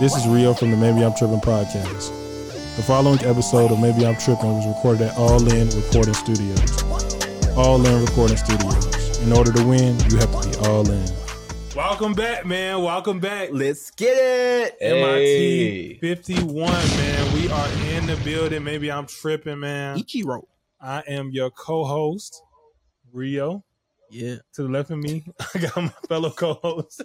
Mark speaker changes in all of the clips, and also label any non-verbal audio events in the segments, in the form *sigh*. Speaker 1: This is Rio from the Maybe I'm Tripping podcast. The following episode of Maybe I'm Tripping was recorded at All In Recording Studios. All In Recording Studios. In order to win, you have to be all in. Welcome back, man. Welcome back. Let's get it.
Speaker 2: Hey.
Speaker 1: MIT 51, man. We are in the building. Maybe I'm tripping, man.
Speaker 3: Ichiro.
Speaker 1: I am your co-host, Rio.
Speaker 3: Yeah.
Speaker 1: To the left of me, *laughs* I got my fellow co-host.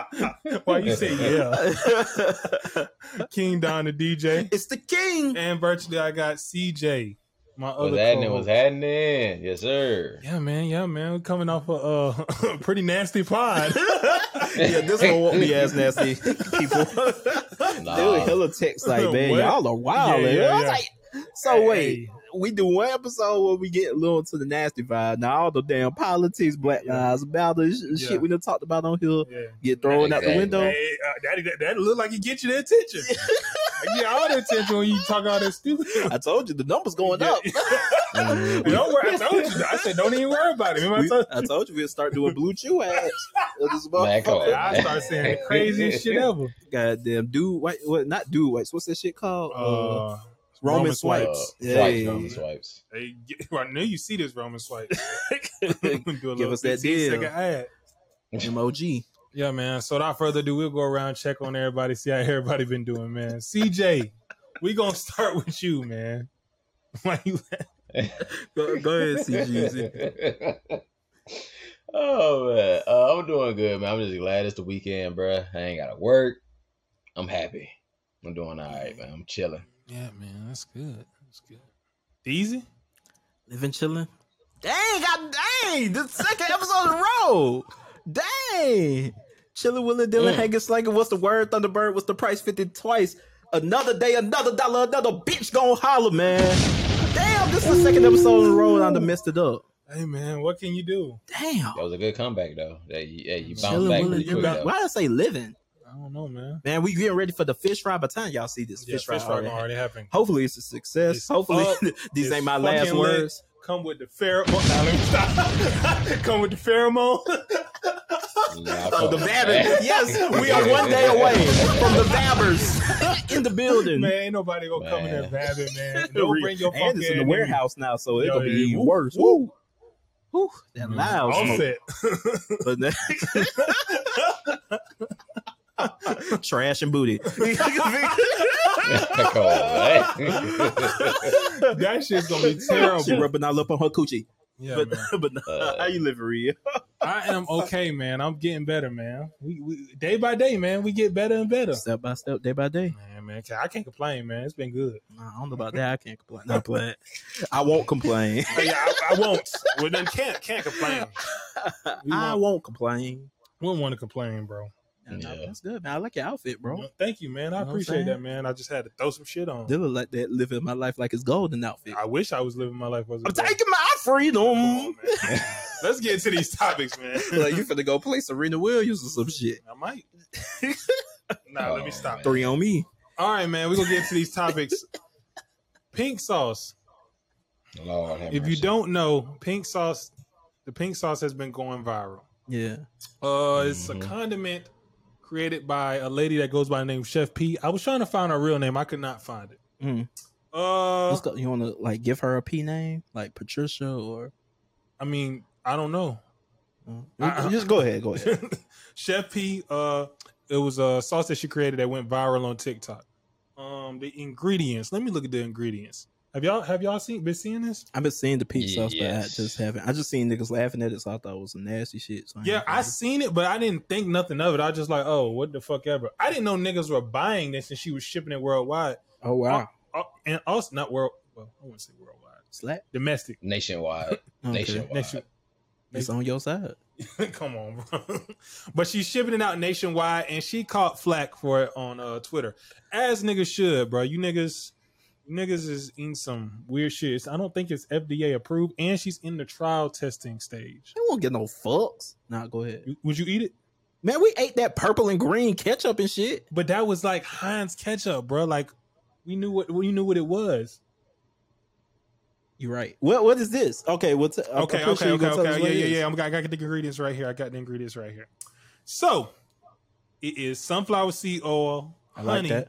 Speaker 1: *laughs* Why you say
Speaker 3: *laughs*
Speaker 1: yeah? *laughs* King Don the DJ.
Speaker 3: it's the king.
Speaker 1: And virtually I got CJ, my
Speaker 2: Was
Speaker 1: other
Speaker 2: happening,
Speaker 1: co-host.
Speaker 2: was happening. Yes, sir.
Speaker 1: Yeah, man, yeah, man. We're coming off a uh, *laughs* pretty nasty pod. *laughs*
Speaker 3: yeah, this one won't be as nasty, *laughs* people. Oh,
Speaker 2: Nah.
Speaker 3: They were hella text like, man,
Speaker 1: What?
Speaker 3: y'all are wild.
Speaker 1: Yeah, yeah,
Speaker 3: I was
Speaker 1: yeah.
Speaker 3: like, so wait, we do one episode where we get a little to the nasty vibe. Now all the damn politics, black
Speaker 1: Yeah.
Speaker 3: lives matter, sh-
Speaker 1: Yeah.
Speaker 3: shit we done talked about on here
Speaker 1: Yeah.
Speaker 3: get thrown out the
Speaker 2: Exactly.
Speaker 3: window.
Speaker 1: Hey, uh, that, that, that look like it get you the
Speaker 3: *laughs*
Speaker 1: attention. you get all the attention when you talk all that stupid.
Speaker 3: I told you the numbers going
Speaker 1: Yeah.
Speaker 3: up. *laughs*
Speaker 2: Mm-hmm.
Speaker 1: *laughs* And don't worry, I told you. I said, don't even worry about it. Remember, I
Speaker 3: We-
Speaker 1: told
Speaker 3: I told you we'd start doing blue chew
Speaker 1: *laughs*
Speaker 3: ads. This
Speaker 2: Back
Speaker 1: you.
Speaker 2: off.
Speaker 3: motherfucker-
Speaker 1: I started saying the craziest shit
Speaker 2: *laughs*
Speaker 1: ever.
Speaker 3: Goddamn, dude, white, what? Not dude, white. What's that shit called? Uh,
Speaker 1: Uh,
Speaker 3: Roman
Speaker 2: Uh,
Speaker 3: swipes.
Speaker 2: Swipes,
Speaker 3: Hey.
Speaker 2: Roman swipes.
Speaker 1: hey, get- I knew you see this Roman swipe.
Speaker 3: *laughs*
Speaker 1: *laughs* Give
Speaker 3: us that deal.
Speaker 1: ad.
Speaker 3: MOG.
Speaker 1: Yeah, man. So without further ado, we'll go around check on everybody, see how everybody been doing, man. CJ, we gonna start with you, man. *laughs* Why you?
Speaker 3: Go, go ahead, CGZ.
Speaker 2: *laughs* oh man, uh, I'm doing good, man. I'm just glad it's the weekend, bruh. I ain't gotta work. I'm happy. I'm doing all right, man. I'm chilling.
Speaker 1: Yeah, man. That's good. That's good. Easy.
Speaker 3: Living chilling. Dang, god dang, the second episode in a row. Dang. Chilling, willing, dealing,
Speaker 2: Mm.
Speaker 3: hanging, slanging. What's the word, Thunderbird? What's the price? 50 twice. Another day, another dollar, another bitch gonna holler, man. Damn, this is the second episode in a row and I done messed it up.
Speaker 1: Hey, man. What can you do?
Speaker 3: Damn.
Speaker 2: That was a good comeback, though. That you, yeah, you bounced
Speaker 3: Chilling,
Speaker 2: back
Speaker 3: willing,
Speaker 2: pretty quick.
Speaker 3: dealing.
Speaker 2: though.
Speaker 3: Why did I say living?
Speaker 1: I don't know, man.
Speaker 3: Man, we getting ready for the fish fry by the time y'all see this
Speaker 1: Yeah,
Speaker 3: fish fry.
Speaker 1: fish fry
Speaker 3: already.
Speaker 1: gonna already happened.
Speaker 3: Hopefully it's a success.
Speaker 1: It's
Speaker 3: Hopefully
Speaker 1: up.
Speaker 3: *laughs* these
Speaker 1: It's
Speaker 3: ain't my
Speaker 1: fucking
Speaker 3: last
Speaker 1: lit.
Speaker 3: words.
Speaker 1: Come with the pheromone. *laughs* Nah, let me stop. *laughs* Come with the pheromone.
Speaker 3: *laughs*
Speaker 2: Nah, I
Speaker 3: Oh, the
Speaker 2: fuck.
Speaker 3: Vabbers. *laughs* Yes, we are one day away from the Vabbers *laughs* in the building.
Speaker 1: man, ain't nobody gonna come in there
Speaker 2: Man.
Speaker 1: vabbing,
Speaker 3: *laughs*
Speaker 1: man. Don't bring your
Speaker 3: and
Speaker 1: fucking
Speaker 3: it's in the warehouse now, so it's
Speaker 1: Yo,
Speaker 3: gonna be
Speaker 1: yeah.
Speaker 3: even
Speaker 1: Woo,
Speaker 3: worse.
Speaker 1: woo.
Speaker 3: Woo, Mm. woo, that loud smoke.
Speaker 1: Offset.
Speaker 3: But then- *laughs* trash and booty.
Speaker 2: *laughs* Come
Speaker 3: *laughs*
Speaker 2: on, man.
Speaker 1: *laughs* that shit's gonna be
Speaker 3: She
Speaker 1: terrible.
Speaker 3: rubbing all up on her coochie.
Speaker 1: Yeah,
Speaker 3: but
Speaker 1: man.
Speaker 3: *laughs* but nah,
Speaker 2: *laughs* Uh,
Speaker 3: how you living, Rhea?
Speaker 1: I am okay, man. I'm getting better, man. We, we day by day, man. We get better and better.
Speaker 3: Step by step, day by day.
Speaker 1: Man, man, I can't complain, man. It's been good.
Speaker 3: Nah, I don't know about that. I can't complain. Not playing. I won't *laughs* complain.
Speaker 1: Hey, I, I won't. We done can't can't complain. We
Speaker 3: I
Speaker 1: won't,
Speaker 3: won't complain.
Speaker 1: we won't want to complain, bro.
Speaker 3: Nah, nah,
Speaker 2: Yeah.
Speaker 3: That's good, man. I like your outfit, bro.
Speaker 1: Thank you, man. I
Speaker 3: You know what I'm
Speaker 1: appreciate
Speaker 3: saying?
Speaker 1: that, man. I just had to throw some shit on.
Speaker 3: They look like that living my life like it's golden outfit.
Speaker 1: I wish I was living my life. as a
Speaker 3: I'm
Speaker 1: pro.
Speaker 3: taking my
Speaker 1: Come
Speaker 3: freedom.
Speaker 1: on, man. *laughs* Let's get into these topics, man.
Speaker 3: *laughs* like you finna go play Serena Williams or some shit.
Speaker 1: I
Speaker 3: *laughs*
Speaker 1: might. nah, let me
Speaker 2: Oh,
Speaker 1: stop.
Speaker 2: man.
Speaker 3: Three on me.
Speaker 1: All right, man. We're gonna get into these topics. Pink sauce.
Speaker 2: Lord have
Speaker 1: If you
Speaker 2: mercy.
Speaker 1: don't know, pink sauce, the pink sauce has been going viral.
Speaker 3: Yeah.
Speaker 1: Uh, it's
Speaker 3: Mm-hmm.
Speaker 2: Mhm.
Speaker 1: a condiment created by a lady that goes by the name Chef P. I was trying to find her real name, I could not find it.
Speaker 3: Mm.
Speaker 1: Uh,
Speaker 3: Let's go. You wanna like give her a P name? Like Patricia or
Speaker 1: I mean, I don't know.
Speaker 3: Mm.
Speaker 1: Uh-uh.
Speaker 3: just go ahead, go ahead.
Speaker 1: *laughs* Chef P. Uh, it was a sauce that she created that went viral on TikTok. Um, the ingredients. Let me look at the ingredients. Have y'all have y'all seen been seeing this?
Speaker 3: I've been seeing the pink sauce, but I
Speaker 2: Yes.
Speaker 3: just haven't. I just seen niggas laughing at it, so I thought it was some nasty shit. So ain't
Speaker 1: Yeah, I
Speaker 3: gonna-
Speaker 1: seen it, but I didn't think nothing of it. I just like, oh, what the fuck ever. I didn't know niggas were buying this and she was shipping it worldwide.
Speaker 3: Oh wow,
Speaker 1: Oh, and also not world. Well, I wouldn't say worldwide.
Speaker 3: slap.
Speaker 1: Domestic.
Speaker 2: nationwide,
Speaker 3: Okay.
Speaker 2: nationwide.
Speaker 1: Nation-
Speaker 3: It's on your side.
Speaker 1: *laughs* Come on, bro. *laughs* but she's shipping it out nationwide, and she caught flack for it on uh, Twitter, as niggas should, bro. You niggas, you niggas is eating some weird shit. It's- I don't think it's FDA approved, and she's in the trial testing stage.
Speaker 3: They won't get no fucks. Nah, go ahead.
Speaker 1: You- Would you eat it?
Speaker 3: Man, we ate that purple and green ketchup and shit.
Speaker 1: But that was like Heinz ketchup, bro. Like we knew what we knew what it was.
Speaker 3: You're right. What what is this? Okay, uh, what's
Speaker 1: Okay, okay, okay, okay. Yeah, yeah, yeah. I'm, I got the ingredients right here. I got the ingredients right here. So it is sunflower seed oil,
Speaker 3: I
Speaker 1: honey.
Speaker 3: like that.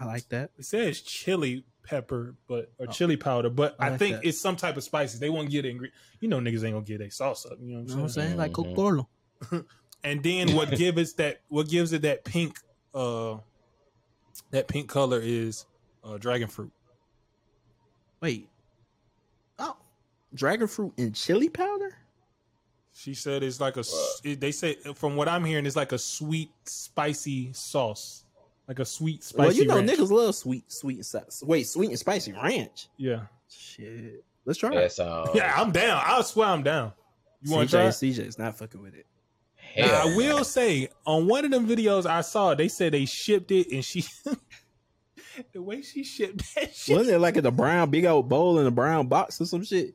Speaker 3: I like that.
Speaker 1: It says chili pepper, but or chili powder, but
Speaker 3: I
Speaker 1: Oh. I,
Speaker 3: like
Speaker 1: think
Speaker 3: that.
Speaker 1: it's some type of spices. They won't get ingre You know, niggas ain't gonna get their sauce up. You know what I'm saying?
Speaker 2: saying? Like Mhm.
Speaker 3: Coca-Cola.
Speaker 1: And then *laughs* what gives it that? What gives it that pink? uh That pink color is uh dragon fruit.
Speaker 3: Wait. Oh, dragon fruit and chili powder.
Speaker 1: She said it's like a. s- it- They said from what I'm hearing, it's like a sweet, spicy sauce, like a sweet, spicy.
Speaker 3: well, you know,
Speaker 1: ranch.
Speaker 3: niggas love sweet, sweet and spicy. Wait, sweet and spicy ranch.
Speaker 1: Yeah,
Speaker 3: Shit, let's try
Speaker 2: That
Speaker 3: it.
Speaker 2: sounds.
Speaker 1: *laughs* yeah, I'm down. I swear, I'm down. You want to try? it?
Speaker 3: CJ? CJ's not fucking with it.
Speaker 2: Hell
Speaker 1: Now, I
Speaker 2: no.
Speaker 1: will say on one of them videos I saw, they said they shipped it, and she, *laughs* the way she shipped that *laughs* shit,
Speaker 3: Wasn't it like in a brown big old bowl in a brown box or some shit?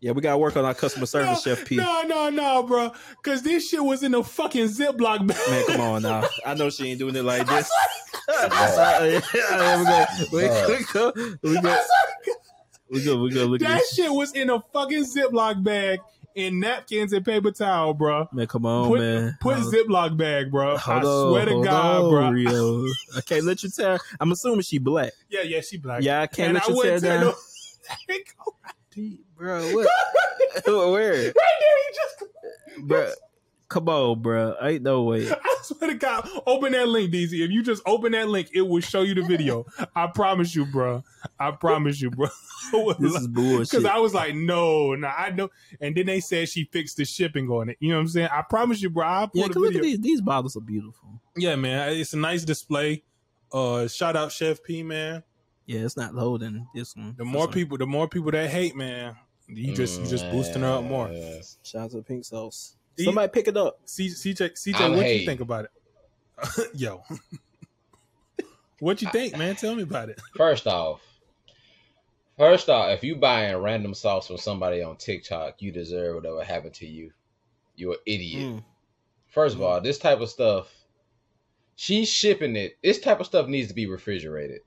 Speaker 3: Yeah, we gotta work on our customer service, Chef P.
Speaker 1: no, no, no, bro, because this shit was in a fucking Ziploc bag.
Speaker 3: Man, come on now. I know she ain't doing it like this.
Speaker 1: *laughs*
Speaker 2: I
Speaker 3: Yeah, we go.
Speaker 2: I
Speaker 3: We go. We go. We go. We go. Look at
Speaker 1: That
Speaker 3: this.
Speaker 1: shit was in a fucking Ziploc bag in napkins and paper towel, bro.
Speaker 3: Man, come on,
Speaker 1: put
Speaker 3: man.
Speaker 1: put
Speaker 3: Hold-
Speaker 1: Ziploc bag, bro.
Speaker 3: hold
Speaker 1: I swear
Speaker 3: on,
Speaker 1: to
Speaker 3: hold
Speaker 1: God,
Speaker 3: on,
Speaker 1: bro.
Speaker 3: Rio. I can't let you tear. I'm assuming she black.
Speaker 1: Yeah, yeah, she black.
Speaker 3: Yeah, I can't
Speaker 1: and
Speaker 3: let
Speaker 1: I
Speaker 3: you tear
Speaker 1: wouldn't
Speaker 3: down. *laughs*
Speaker 1: no- *laughs* right
Speaker 3: Bro, what? *laughs* Where,
Speaker 1: there, he just.
Speaker 3: bro? Come on, bro. Ain't no way.
Speaker 1: I swear to God, open that link, DZ. If you just open that link, it will show you the video. I promise you, bro. I promise you, bro. *laughs*
Speaker 3: This is
Speaker 1: Because
Speaker 3: bullshit.
Speaker 1: I was like, no, no, I know. And then they said she fixed the shipping on it. You know what I'm saying? I promise you, bro. I pull
Speaker 3: Yeah,
Speaker 1: the
Speaker 3: come look at
Speaker 1: video.
Speaker 3: these. These bottles are beautiful.
Speaker 1: Yeah, man. It's a nice display. Uh, shout out Chef P, man.
Speaker 3: Yeah, it's not holding this one.
Speaker 1: The more
Speaker 3: That's
Speaker 1: people, the more people that hate, man. You just, you just boosting her up more.
Speaker 2: Yes.
Speaker 3: Shout out to Pink Sauce.
Speaker 1: Do you-
Speaker 3: Mm. Somebody pick it up.
Speaker 1: C- CJ,
Speaker 2: I'm
Speaker 1: CJ, what you
Speaker 2: hating.
Speaker 1: think about it? *laughs* Yo, what you think, man? Tell me about it.
Speaker 2: First off, first off, if you buying random sauce from somebody on TikTok, you deserve whatever happened to you. You're an idiot.
Speaker 3: Mm.
Speaker 2: First of all, this type of stuff, she's shipping it. This type of stuff needs to be refrigerated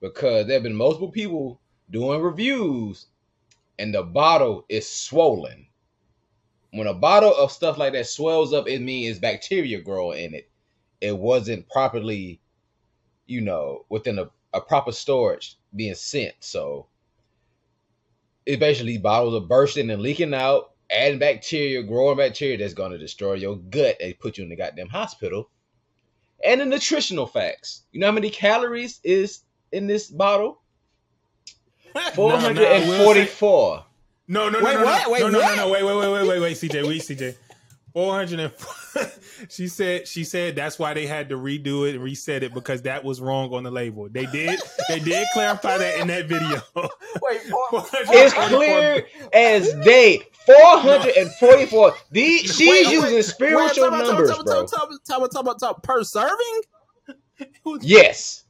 Speaker 2: because there have been multiple people doing reviews and the bottle is swollen. When a bottle of stuff like that swells up, it means it's bacteria growing in it. It wasn't properly, you know, within a, a proper storage being sent. So it basically bottles are bursting and leaking out, adding bacteria, growing bacteria that's going to destroy your gut and put you in the goddamn hospital. And the nutritional facts. You know how many calories is in this bottle?
Speaker 1: No, no, I will say-
Speaker 2: 444.
Speaker 1: No, no, no,
Speaker 3: Wait,
Speaker 1: no, no.
Speaker 3: what? Wait,
Speaker 1: no, no,
Speaker 3: what?
Speaker 1: no, no, wait, wait, wait, wait, wait, wait, CJ, wait, CJ. Four hundred and four. *laughs* she said. She said that's why they had to redo it and reset it because that was wrong on the label. They did. They did clarify that in that video.
Speaker 3: Wait,
Speaker 1: *laughs* Oh,
Speaker 2: It's clear as day. 444. The, she's
Speaker 3: wait,
Speaker 2: using
Speaker 3: wait,
Speaker 2: spiritual numbers, bro.
Speaker 3: Top, top, top, top,
Speaker 1: *laughs*
Speaker 3: per serving?
Speaker 2: Yes.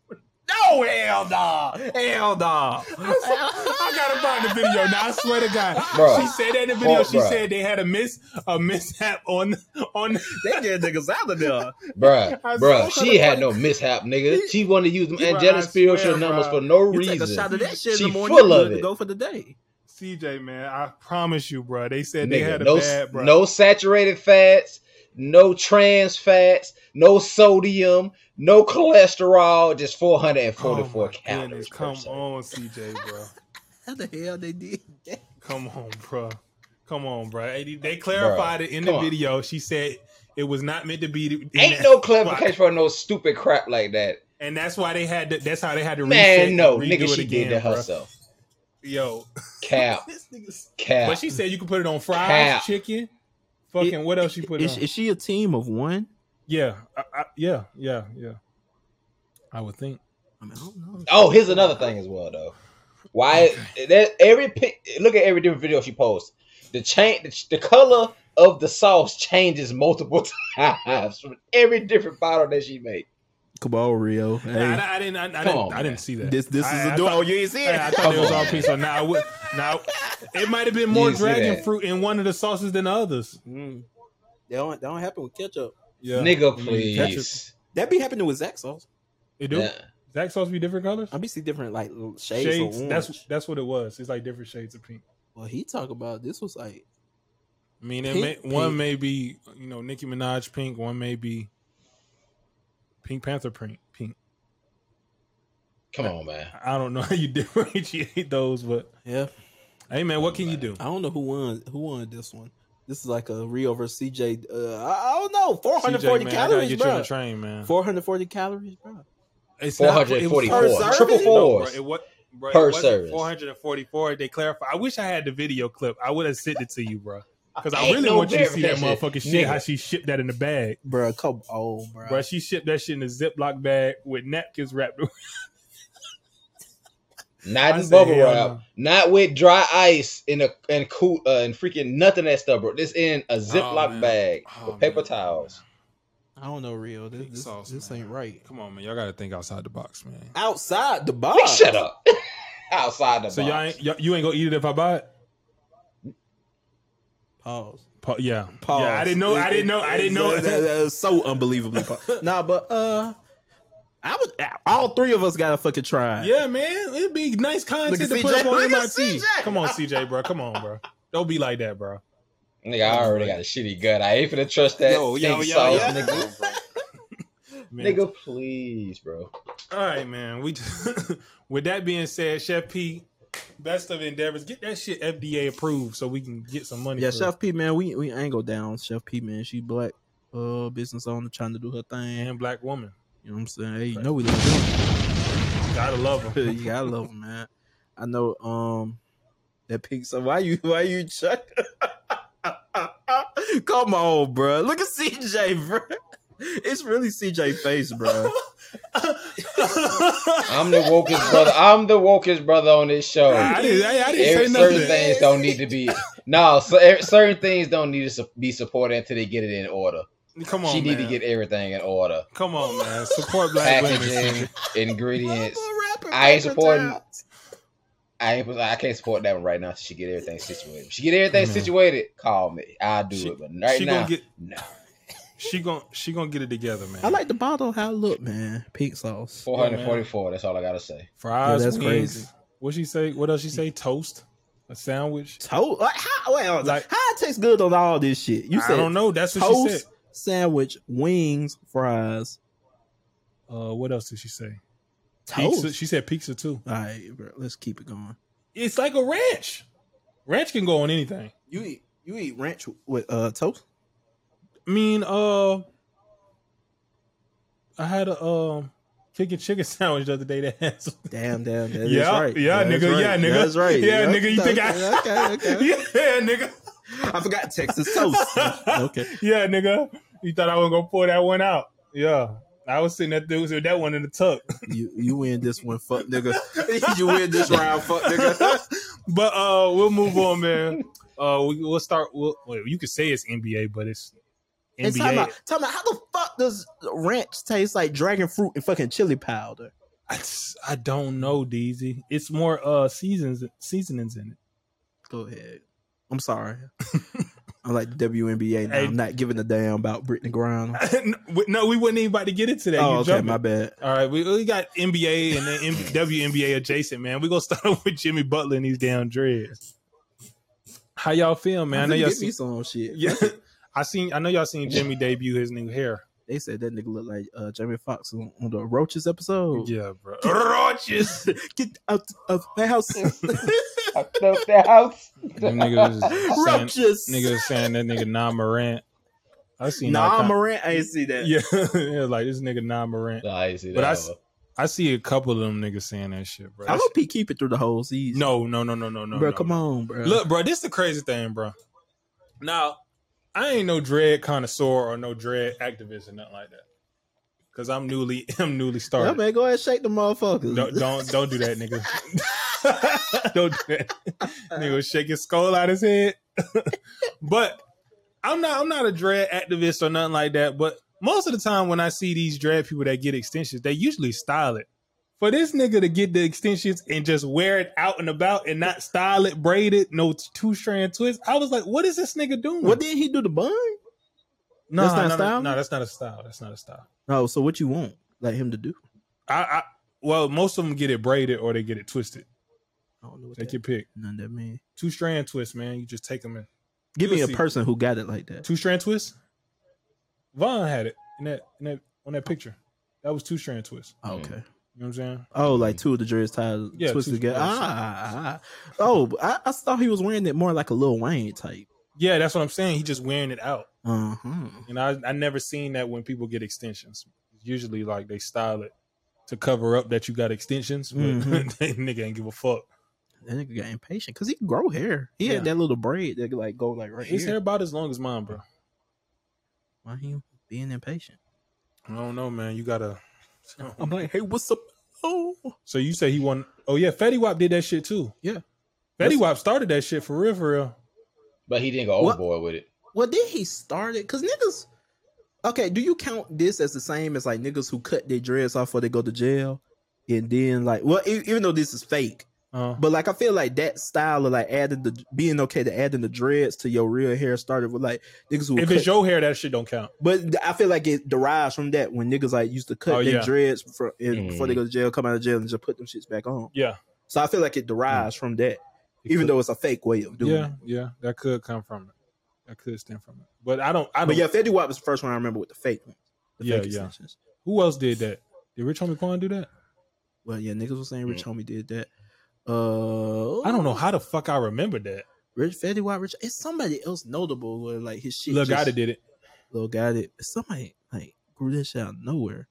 Speaker 3: No, hell no, hell no.
Speaker 1: I gotta find the video now. I swear to God,
Speaker 2: Bruh.
Speaker 1: she said that in the video.
Speaker 2: Oh,
Speaker 1: she
Speaker 2: bruh.
Speaker 1: said they had a miss a mishap on on.
Speaker 3: They get niggas out of *laughs* there.
Speaker 2: Bruh,
Speaker 1: *laughs* I
Speaker 2: bruh,
Speaker 1: swear
Speaker 2: she
Speaker 1: to
Speaker 2: had
Speaker 1: God.
Speaker 2: no mishap, nigga. She wanted to use them
Speaker 1: Bruh, I
Speaker 2: angelic spiritual
Speaker 1: swear,
Speaker 2: numbers
Speaker 1: bruh.
Speaker 2: for no
Speaker 3: You take a shot
Speaker 2: reason.
Speaker 3: of that shit
Speaker 2: She
Speaker 3: in the morning.
Speaker 2: full
Speaker 3: you
Speaker 2: of
Speaker 3: good
Speaker 2: it.
Speaker 3: To go for the day.
Speaker 1: CJ, man, I promise you, bro. They said they had
Speaker 2: Nigga,
Speaker 1: a
Speaker 2: no,
Speaker 1: bad, bro.
Speaker 2: no saturated fats, no trans fats, no sodium, no cholesterol, just 444
Speaker 1: Oh my
Speaker 2: calories.
Speaker 1: goodness,
Speaker 2: per
Speaker 1: Come
Speaker 2: se.
Speaker 1: on, CJ, bro.
Speaker 3: How the hell they did that?
Speaker 1: Come on, bro. Come on, bro. Hey, They, they clarified it in the
Speaker 2: come on.
Speaker 1: video. She said it was not meant to be. in
Speaker 2: Ain't
Speaker 1: that
Speaker 2: no
Speaker 1: spot.
Speaker 2: clarification for no stupid crap like that.
Speaker 1: and that's why they had. To, that's how they had to reset.
Speaker 2: Man, no,
Speaker 1: and
Speaker 2: nigga,
Speaker 1: redo
Speaker 2: she
Speaker 1: it again,
Speaker 2: did that
Speaker 1: bro.
Speaker 2: herself.
Speaker 1: Yo, *laughs*
Speaker 2: Cap,
Speaker 1: this nigga's.
Speaker 2: cap.
Speaker 1: But she said you can put it on fries,
Speaker 2: Cap.
Speaker 1: chicken, fucking what else she put it
Speaker 3: Is,
Speaker 1: on?
Speaker 3: is she a team of one?
Speaker 1: yeah, I, I, yeah, yeah, yeah. I would think.
Speaker 3: I mean, I don't know.
Speaker 2: Oh, here's another thing as well, though. Why that every pic- look at every different video she posts. The change, the, the color of the sauce changes multiple *laughs* times from every different bottle that she made.
Speaker 3: Come on, Rio.
Speaker 1: And
Speaker 3: Hey,
Speaker 1: I, I didn't. I, I
Speaker 2: Come
Speaker 1: didn't.
Speaker 2: on,
Speaker 1: I
Speaker 2: man.
Speaker 1: didn't see that.
Speaker 3: this this
Speaker 1: I-
Speaker 3: is
Speaker 1: I
Speaker 3: a duo.
Speaker 1: thought-
Speaker 3: You ain't see it.
Speaker 1: Yeah, I thought it was
Speaker 2: Come
Speaker 1: all
Speaker 2: on.
Speaker 1: pizza. Now, I would, now it might have been more
Speaker 2: You see
Speaker 1: dragon
Speaker 2: that.
Speaker 1: fruit in one of the sauces than the others.
Speaker 3: Mm. That don't that don't happen with ketchup.
Speaker 1: Yeah,
Speaker 2: Nigga,
Speaker 1: I mean, ketchup-
Speaker 2: please.
Speaker 3: That be happening with Zach sauce.
Speaker 1: It do.
Speaker 2: Yeah.
Speaker 1: Zach sauce be different colors.
Speaker 3: I be see different like little shades. of
Speaker 1: Shades.
Speaker 3: orange.
Speaker 1: That's that's what it was. It's like different shades of pink.
Speaker 3: Well, he talk about this was like
Speaker 1: I mean, it
Speaker 3: Pink,
Speaker 1: may, one
Speaker 3: pink.
Speaker 1: may be you know Nicki Minaj pink. One may be Pink Panther pink. Pink.
Speaker 2: Come on, man.
Speaker 1: I don't know how you *laughs* differentiate those, but
Speaker 3: Yeah,
Speaker 1: hey, man, what can you do?
Speaker 3: I don't know who won. Who won this one? This is like a Rio versus CJ. Uh, I, I don't know. Four hundred
Speaker 1: CJ,
Speaker 3: forty
Speaker 1: man, I gotta
Speaker 3: calories,
Speaker 1: get you on the
Speaker 3: bro.
Speaker 1: train, man.
Speaker 3: Four hundred forty calories, bro.
Speaker 1: It's not- it was
Speaker 2: 444.
Speaker 1: per
Speaker 3: Per
Speaker 1: service.
Speaker 2: Triple
Speaker 3: service?
Speaker 1: No, bro,
Speaker 2: fours.
Speaker 1: it wa- bro,
Speaker 2: Per
Speaker 1: it wasn't
Speaker 2: service.
Speaker 1: 444. They clarify. I wish I had the video clip. I would have sent it to you, bro. Because I
Speaker 2: Ain't
Speaker 1: really
Speaker 2: no
Speaker 1: want you to see that
Speaker 2: verification,
Speaker 1: motherfucking shit.
Speaker 2: nigga.
Speaker 1: How she shipped that in the bag,
Speaker 3: Bro, come oh, on, bro.
Speaker 1: bro. She shipped that shit in a Ziploc bag with napkins wrapped. around-
Speaker 2: Not
Speaker 1: I
Speaker 2: in
Speaker 1: said,
Speaker 2: bubble
Speaker 1: hell
Speaker 2: wrap. Not with dry ice in a and cool uh, and freaking nothing that stuff, bro. This in a Ziploc
Speaker 1: man.
Speaker 2: bag
Speaker 1: Oh,
Speaker 2: with paper
Speaker 1: man.
Speaker 2: towels.
Speaker 3: I don't know, Rio. This,
Speaker 1: Pink
Speaker 3: this,
Speaker 1: sauce,
Speaker 3: this
Speaker 1: man.
Speaker 3: ain't right.
Speaker 1: Come on, man. Y'all got to think outside the box, man.
Speaker 3: Outside the box.
Speaker 2: Please shut up. *laughs* Outside the
Speaker 1: So
Speaker 2: box.
Speaker 1: y'all ain't y'all, you ain't gonna eat it if I buy it.
Speaker 3: Pause.
Speaker 1: Pa- yeah,
Speaker 3: Pause.
Speaker 1: yeah. I didn't know. I didn't know. I didn't know.
Speaker 3: That, that- that was so
Speaker 1: *laughs*
Speaker 3: unbelievably. pause. nah, but uh, I would. All three of us got to fucking try. it.
Speaker 1: Yeah, man, it'd be nice content
Speaker 3: Look at
Speaker 1: to put
Speaker 3: CJ.
Speaker 1: up on
Speaker 3: Look at
Speaker 1: MIT.
Speaker 3: CJ.
Speaker 1: Come on, CJ, bro. Come on, bro. Don't be like that, bro.
Speaker 2: Nigga, I already got a shitty gut. I ain't finna trust that
Speaker 3: Yo, yo,
Speaker 2: pink
Speaker 3: yo,
Speaker 2: sauce,
Speaker 3: yo. *laughs*
Speaker 2: nigga.
Speaker 1: Man.
Speaker 2: nigga, please, bro.
Speaker 1: All right, man. We *laughs* with that being said, Chef P, best of endeavors. Get that shit FDA approved so we can get some money.
Speaker 3: Yeah,
Speaker 1: for
Speaker 3: Chef P man, we we ain't go down. Chef P man, she black uh business owner trying to do her
Speaker 1: it.
Speaker 3: thing.
Speaker 1: and black woman.
Speaker 3: You know what I'm saying? Hey, you know we love
Speaker 1: Gotta love
Speaker 3: them.
Speaker 1: them.
Speaker 3: *laughs* you gotta love them, man. I know um that pink so why you why you chuck *laughs* Come on, bruh. Look at CJ, bruh. It's really CJ face, bruh.
Speaker 1: *laughs*
Speaker 2: I'm the wokest brother. I'm the wokest brother on this show.
Speaker 1: I didn't, I, I didn't
Speaker 2: Every-
Speaker 1: say
Speaker 2: certain
Speaker 1: nothing.
Speaker 2: things don't need to be no. So er- certain things don't need to su- be supported until they get it in order.
Speaker 1: Come on,
Speaker 2: she
Speaker 1: man.
Speaker 2: need to get everything in order.
Speaker 1: Come on, man. Support black women.
Speaker 2: Packaging,
Speaker 1: CJ.
Speaker 2: ingredients.
Speaker 3: Rapper,
Speaker 2: I ain't
Speaker 3: rapper
Speaker 2: supporting-
Speaker 3: times.
Speaker 2: I ain't. I can't support that one right now. She get everything situated. She get everything
Speaker 1: Man.
Speaker 2: situated. Call me. I'll do
Speaker 1: She-
Speaker 2: it. But right
Speaker 1: she
Speaker 2: now,
Speaker 1: gonna get Oh,
Speaker 2: no.
Speaker 1: she gonna she gonna get it together, man.
Speaker 3: I like the bottle how it look, man. Pink sauce.
Speaker 2: Four hundred forty-four. That's all I gotta say.
Speaker 1: fries.
Speaker 3: Yeah, that's
Speaker 1: wings.
Speaker 3: crazy.
Speaker 1: What she say? What else she say? Toast, a sandwich.
Speaker 3: Toast. Like, how, wait, hold on.
Speaker 1: Like-
Speaker 3: how it tastes good on all this shit? You
Speaker 1: I
Speaker 3: said
Speaker 1: don't know. That's what she said.
Speaker 3: toast, sandwich, wings, fries,
Speaker 1: Uh, what else did she say?
Speaker 3: toast.
Speaker 1: Pizza. She said pizza too.
Speaker 3: All right, bro, let's keep it going.
Speaker 1: It's like a ranch. Ranch can go on anything.
Speaker 3: You eat you eat ranch with uh toast?
Speaker 1: I mean, uh, I had a um chicken chicken *laughs* sandwich the other day that had some.
Speaker 3: Damn, damn, that's
Speaker 1: Yeah,
Speaker 3: right.
Speaker 1: yeah,
Speaker 3: That's
Speaker 1: nigga,
Speaker 3: right.
Speaker 1: yeah, nigga.
Speaker 3: that's right.
Speaker 1: Yeah,
Speaker 3: Yep.
Speaker 1: nigga, you think I-
Speaker 3: okay, okay, okay.
Speaker 1: *laughs* yeah, nigga.
Speaker 3: I forgot Texas toast. *laughs* okay,
Speaker 1: Yeah, nigga. You thought I was gonna pour that one out? Yeah. I was sitting that dude with that one in the tuck. *laughs*
Speaker 3: you you win this one, fuck nigga. you win this round, fuck *laughs* nigga.
Speaker 1: But uh, we'll move on,
Speaker 3: *laughs*
Speaker 1: man. Uh, we, we'll start. We'll, well, you could say it's NBA, but it's
Speaker 3: And tell me,
Speaker 1: NBA.
Speaker 3: tell me, how the fuck does ranch taste like dragon fruit and fucking chili powder?
Speaker 1: I, just- I don't know, DZ. It's more uh seasons seasonings in it. *laughs*
Speaker 3: Go ahead. I'm sorry. I'm like the WNBA now.
Speaker 1: Hey.
Speaker 3: I'm not giving a damn about Brittany Griner.
Speaker 1: No, no, we wouldn't even about to get into that.
Speaker 3: Oh,
Speaker 1: you
Speaker 3: okay,
Speaker 1: jumping.
Speaker 3: my bad.
Speaker 1: All right, we, we got NBA and then M- *laughs* WNBA adjacent, man. We're going to start *laughs* with Jimmy Butler and these damn dreads. How y'all feel, man? I know
Speaker 3: Finna
Speaker 1: y'all
Speaker 3: get me
Speaker 1: seen,
Speaker 3: some shit.
Speaker 1: yeah, *laughs* I seen I know y'all seen Jimmy debut his new hair.
Speaker 3: They said that nigga looked like uh, Jamie Foxx on, on the Roaches episode.
Speaker 1: Yeah, bro. *laughs* Roaches.
Speaker 3: *laughs* Get out of my
Speaker 2: *laughs*
Speaker 3: house,
Speaker 2: Fucked up *laughs* the house.
Speaker 1: Them *laughs* niggas saying,
Speaker 3: Roaches.
Speaker 1: niggas saying that nigga Nah Morant. I seen all
Speaker 3: nah,
Speaker 1: kind-
Speaker 3: Morant, I ain't see that.
Speaker 1: Yeah, *laughs* yeah, like this nigga Nah Morant.
Speaker 2: *laughs* Nah, I didn't see
Speaker 1: But I
Speaker 2: that.
Speaker 1: s-
Speaker 2: one.
Speaker 1: I see a couple of them niggas saying that shit, bro.
Speaker 3: I hope he keep it through the whole season.
Speaker 1: No, no, no, no, no, no.
Speaker 3: bro,
Speaker 1: no,
Speaker 3: come
Speaker 1: no.
Speaker 3: on, bro.
Speaker 1: Look, bro, this the crazy thing, bro. Now, I ain't no dread connoisseur or no dread activist or nothing like that. Cause I'm newly, *laughs* I'm newly
Speaker 3: yeah,
Speaker 1: started.
Speaker 3: man, go ahead and shake the motherfuckers.
Speaker 1: don't, don't, don't do that, nigga. *laughs* don't do that. nigga shake his skull out his head. *laughs* but I'm not, I'm not a dread activist or nothing like that. But most of the time, when I see these dread people that get extensions, they usually style it. For this nigga to get the extensions and just wear it out and about and not style it, braid it, no two strand twist, I was like, what is this nigga doing?
Speaker 3: What did he do the bun?
Speaker 1: No,
Speaker 3: That's not
Speaker 1: no, no,
Speaker 3: style?
Speaker 1: No, that's not a style. That's not a style.
Speaker 3: No, Oh, so what you want like him to do?
Speaker 1: I, I well, most of them get it braided or they get it twisted.
Speaker 3: I don't know what
Speaker 1: Take
Speaker 3: that,
Speaker 1: your pick.
Speaker 3: none that mean.
Speaker 1: Two strand twist, man. You just take them in.
Speaker 3: Give
Speaker 1: You'll
Speaker 3: me a
Speaker 1: see.
Speaker 3: person who got it like that.
Speaker 1: Two strand twist. Vaughn had it in that in that on that picture. That was two strand twist.
Speaker 3: Okay.
Speaker 1: know what I'm saying?
Speaker 3: Oh, like two of the jerseys tied
Speaker 1: Mm. Yeah,
Speaker 3: twisted
Speaker 1: two-
Speaker 3: together. Ah, ah, ah. oh, but I, I thought he was wearing it more like a Lil Wayne type.
Speaker 1: Yeah, that's what I'm saying. He just wearing it out.
Speaker 3: Uh huh.
Speaker 1: And I I never seen that when people get extensions. Usually like they style it to cover up that you got extensions, but
Speaker 3: Mhm.
Speaker 1: *laughs* that nigga ain't give a fuck.
Speaker 3: That nigga got impatient because he could grow hair. He
Speaker 1: Yeah.
Speaker 3: had that little braid that could like go like right
Speaker 1: His hair
Speaker 3: here.
Speaker 1: about as long as mine, bro.
Speaker 3: Why he being impatient?
Speaker 1: I don't know, man. You gotta
Speaker 3: I'm like, hey, what's up? Oh,
Speaker 1: *laughs* So you say he won oh yeah, Fetty Wap did that shit too.
Speaker 3: Yeah.
Speaker 1: Fetty Wap started that shit for real for real.
Speaker 2: But he didn't go
Speaker 3: What?
Speaker 2: overboard with it.
Speaker 3: well, then he started because niggas. Okay, do you count this as the same as like niggas who cut their dreads off before they go to jail, and then like, well, e- even though this is fake,
Speaker 1: Uh,
Speaker 3: But like I feel like that style of like adding the being okay to adding the dreads to your real hair started with like niggas who
Speaker 1: if
Speaker 3: cut,
Speaker 1: it's your hair, that shit don't count.
Speaker 3: but I feel like it derives from that when niggas like used to cut
Speaker 1: Oh,
Speaker 3: their
Speaker 1: yeah.
Speaker 3: dreads for, and before
Speaker 1: Mm-hmm.
Speaker 3: they
Speaker 2: Mhm.
Speaker 3: go to jail, come out of jail and just put them shits back on.
Speaker 1: Yeah.
Speaker 3: So I feel like
Speaker 1: Mm-hmm.
Speaker 3: it derives from that, even though it's a fake way of doing
Speaker 1: yeah,
Speaker 3: it.
Speaker 1: yeah, that could come from it. That could stem from it. But I don't. I don't.
Speaker 3: But yeah, Fetty Wap was the first one I remember with the fake one. The
Speaker 1: Yeah,
Speaker 3: fake
Speaker 1: yeah.
Speaker 3: extensions.
Speaker 1: Who else did that? Did Rich Homie Quan do that?
Speaker 3: Well, yeah, niggas was saying Rich Homie did that. Uh,
Speaker 1: Mm. I don't know how the fuck I remember that.
Speaker 3: Rich Fetty Wap, Rich. It's somebody else notable where like his shit.
Speaker 1: Look,
Speaker 3: just-
Speaker 1: I did it.
Speaker 3: little guy that somebody like grew this shit out of nowhere.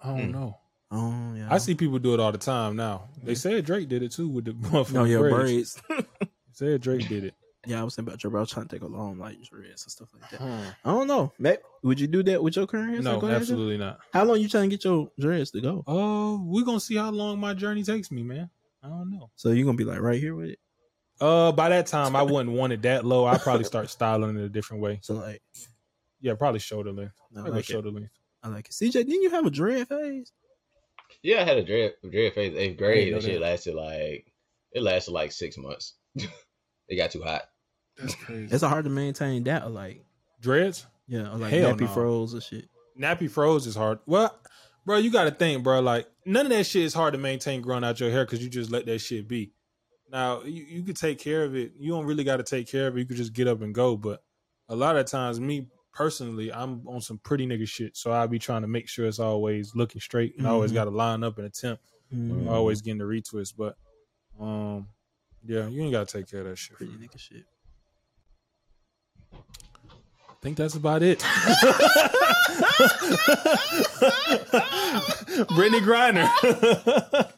Speaker 1: I don't
Speaker 2: Mm.
Speaker 1: know.
Speaker 3: Oh yeah,
Speaker 1: I see people do it all the time now. They
Speaker 3: Yeah.
Speaker 1: said Drake did it too with the *laughs*
Speaker 3: No,
Speaker 1: motherfucking
Speaker 3: yeah,
Speaker 1: braids.
Speaker 3: braids.
Speaker 1: Said Drake *laughs* did it.
Speaker 3: yeah, I was saying about your bro trying to take a long like dreads and stuff like that. I don't know. Maybe, would you do that with your current hair?
Speaker 1: No,
Speaker 3: cycle, Andrew?
Speaker 1: absolutely not.
Speaker 3: How long you trying to get your dreads to go?
Speaker 1: Oh, we're gonna see how long my journey takes me, man. I don't know.
Speaker 3: So you gonna be like right here with it?
Speaker 1: Uh, by that time, I wouldn't want it that low. I probably start styling it a different way.
Speaker 3: So like,
Speaker 1: Yeah, probably shoulder length.
Speaker 3: no, I
Speaker 1: I go
Speaker 3: like it.
Speaker 1: shoulder length.
Speaker 3: I like it. CJ, didn't you have a dread phase?
Speaker 2: Yeah, I had a dread dread phase eighth grade.
Speaker 1: know
Speaker 2: That shit
Speaker 1: that.
Speaker 2: lasted like it lasted like six months. *laughs* it got too hot.
Speaker 1: That's crazy.
Speaker 3: It's hard to maintain that. Or like,
Speaker 1: Dreads.
Speaker 3: yeah, or like
Speaker 1: Hell
Speaker 3: nappy
Speaker 1: no.
Speaker 3: froze and shit.
Speaker 1: Nappy froze is hard. Well, bro, you got to think, bro. Like none of that shit is hard to maintain growing out your hair because you just let that shit be. Now you, you could take care of it. You don't really got to take care of it. You could just get up and go. But a lot of times, me personally, I'm on some pretty nigga shit, so I'll be trying to make sure it's always looking straight and I always
Speaker 3: Mhm.
Speaker 1: got to line up and attempt,
Speaker 3: Mm,
Speaker 2: Mhm.
Speaker 1: always getting the retwist. But um, yeah, you ain't got to take care of that shit.
Speaker 3: Pretty nigga shit.
Speaker 1: I think that's about it. *laughs* Brittany Griner. *laughs*